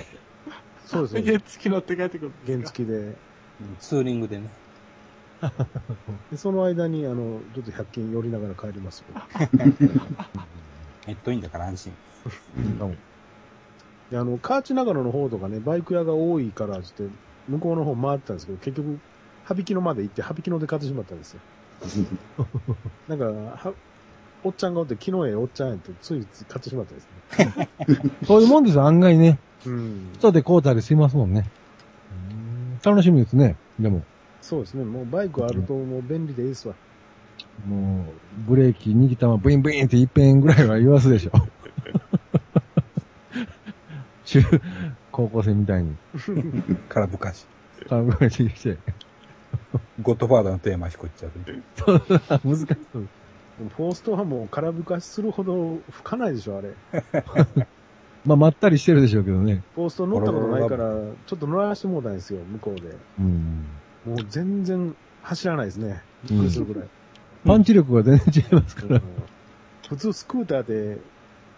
Speaker 8: そうですね
Speaker 4: 原。付乗って帰ってくるんです
Speaker 8: 原
Speaker 4: か
Speaker 8: 付で。
Speaker 1: ツーリングでね。
Speaker 8: でその間に、あの、ちょっと100均寄りながら帰ります。
Speaker 1: ネットインだから安心。
Speaker 8: で、あの、カーチ長野の方とかね、バイク屋が多いから、ちょっと、向こうの方回ってたんですけど、結局、羽引きのまで行って、羽引きので買ってしまったんですよ。なんか、は、おっちゃんがおって、昨日えおっちゃんやって、ついつい買ってしまったですね。
Speaker 7: そういうもんですよ、案外ね。
Speaker 8: うん。
Speaker 7: 人でこうたりしますもんね。楽しみですね。でも、
Speaker 8: そうですね、もうバイクあるともう便利でいいですわ。
Speaker 7: もう、ブレーキ握ったままブインブインって一遍ぐらいは言わすで しょ。中、高校生みたいに。
Speaker 1: からぶかし。
Speaker 7: あ、ごめん、して。
Speaker 1: ゴッドファーザーのテーマ引こっちゃう。
Speaker 7: あ難しい。
Speaker 8: でもフォーストはもう空ぶかしするほど吹かないでしょ、あれ。
Speaker 7: まあ、まったりしてるでしょうけどね。
Speaker 8: フォースト乗ったことないから、ちょっと乗らせてもうたんですよ、向こうで。
Speaker 7: うん。
Speaker 8: もう全然走らないですね。びっくりするぐらい。
Speaker 7: パンチ力が全然違いますから。
Speaker 8: 普通スクーターで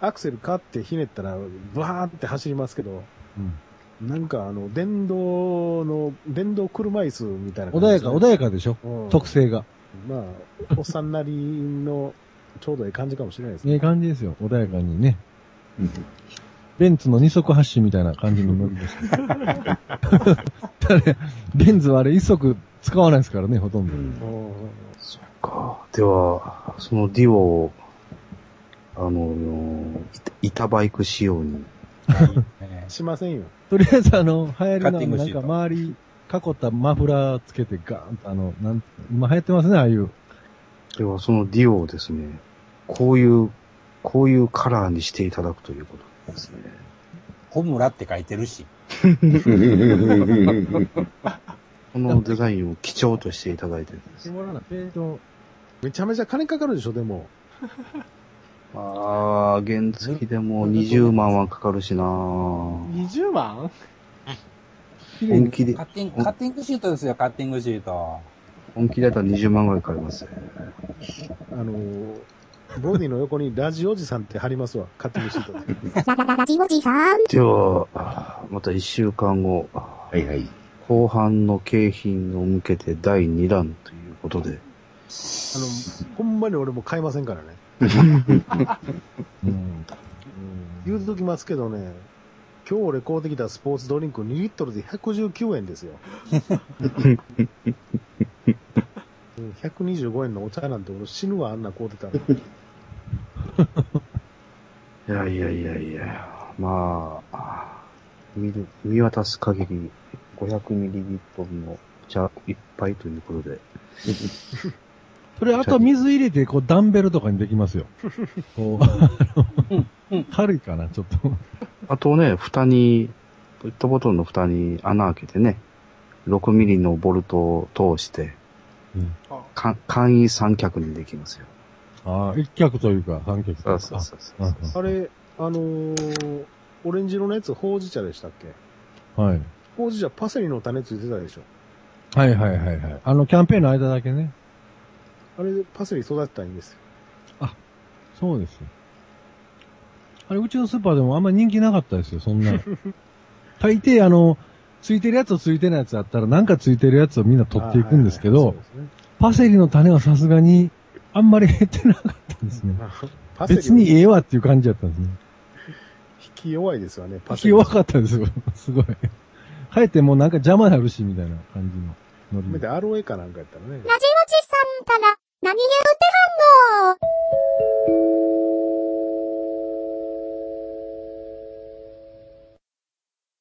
Speaker 8: アクセルカってひねったら、バーって走りますけど、
Speaker 7: うん
Speaker 8: なんかあの、電動の、電動車椅子みたいな
Speaker 7: 穏やか、穏やかでしょ。
Speaker 8: 穏
Speaker 7: 特。性が。
Speaker 8: うんまあ、おっさんなりの、ちょうどいい感じかもしれないですね。
Speaker 7: ええ感じですよ。穏やかにね。ベンツの二足発進みたいな感じの乗りです。 だねベンツはあれ一足使わないですからね、ほとんど。
Speaker 8: うん
Speaker 3: か。では、そのディオを、あの、い板バイク仕様に。
Speaker 1: ね
Speaker 8: しませんよ。
Speaker 7: とりあえずあの、流行
Speaker 1: カッテ
Speaker 7: り
Speaker 1: ィング
Speaker 7: のは、な
Speaker 1: シ
Speaker 7: ん
Speaker 1: ー
Speaker 7: か
Speaker 1: ト
Speaker 7: 周り囲ったマフラーつけてガーンとあの、なん、今流行ってますね、ああいう。
Speaker 3: では、そのディオをですね、こういう、こういうカラーにしていただくということですね。
Speaker 1: ホムラって書いてるし。
Speaker 3: このデザインを基調としていただいてですね。
Speaker 8: めちゃめちゃ金かかるでしょ、でも。
Speaker 3: ああ、原付でも20万はかかるしな本
Speaker 4: 20万
Speaker 3: 気で
Speaker 1: カ、ッティング、カッティングシートですよ、カッティングシート。
Speaker 3: 本気だったら20万ぐらいかかりますね。
Speaker 8: あの、ボディの横にラジオジさんって貼りますわ、カッティングシ ートで。
Speaker 6: ララララジオジさん。
Speaker 3: では、また1週間後、
Speaker 2: はいはい。
Speaker 3: 後半の景品を向けて第2弾ということで、
Speaker 8: あの、ほんまに俺も買いませんからね。
Speaker 7: うん。
Speaker 8: 言うときますけどね、今日俺買うてきたスポーツドリンク2リットルで119円ですよ。 うん125円のお茶なんて俺死ぬわ、あんな買うてたら。
Speaker 3: いやいやいやいや、まあ、見る見渡す限り 500ml のお茶一杯ということで、
Speaker 7: それあと水入れて、こう、ダンベルとかにでき ますよ。こうあの、軽いかな、ちょっと。
Speaker 3: あとね、蓋に、ペットボトルの蓋に穴開けてね、6mm のボルトを通して、か簡易三脚にできますよ。
Speaker 7: ああ、一脚というか、三脚というか。
Speaker 3: そう
Speaker 7: あうん
Speaker 8: あれ、あのーオレンジ色のやつほうじ茶でしたっけ
Speaker 7: はい。
Speaker 8: ほうじ茶パセリの種ついてたでしょ。
Speaker 7: はいはいはいはい。あの、キャンペーンの間だけね。
Speaker 8: あれでパセリ育てたらいいんですよ。
Speaker 7: そうですよ。あれ、うちのスーパーでもあんまり人気なかったですよ、そんな。 大抵、あの、ついてるやつとついてないやつあったら、なんかついてるやつをみんな取っていくんですけ
Speaker 8: あ
Speaker 7: ど、
Speaker 8: はいはいそうですね
Speaker 7: パセリの種はさすがに、あんまり減ってなかったんですね。
Speaker 8: まあパセリ
Speaker 7: 別にええわっていう感じだったんですね。
Speaker 8: 引き弱いですわね、パセ
Speaker 7: 気
Speaker 8: リ。
Speaker 7: 弱かったですよ、すごい。生えてもうなんか邪魔になるし、みたいな感じのノ
Speaker 8: め
Speaker 7: リ
Speaker 8: てアロエかなんかやったらね。
Speaker 6: ラジオジさんから何言うてはんの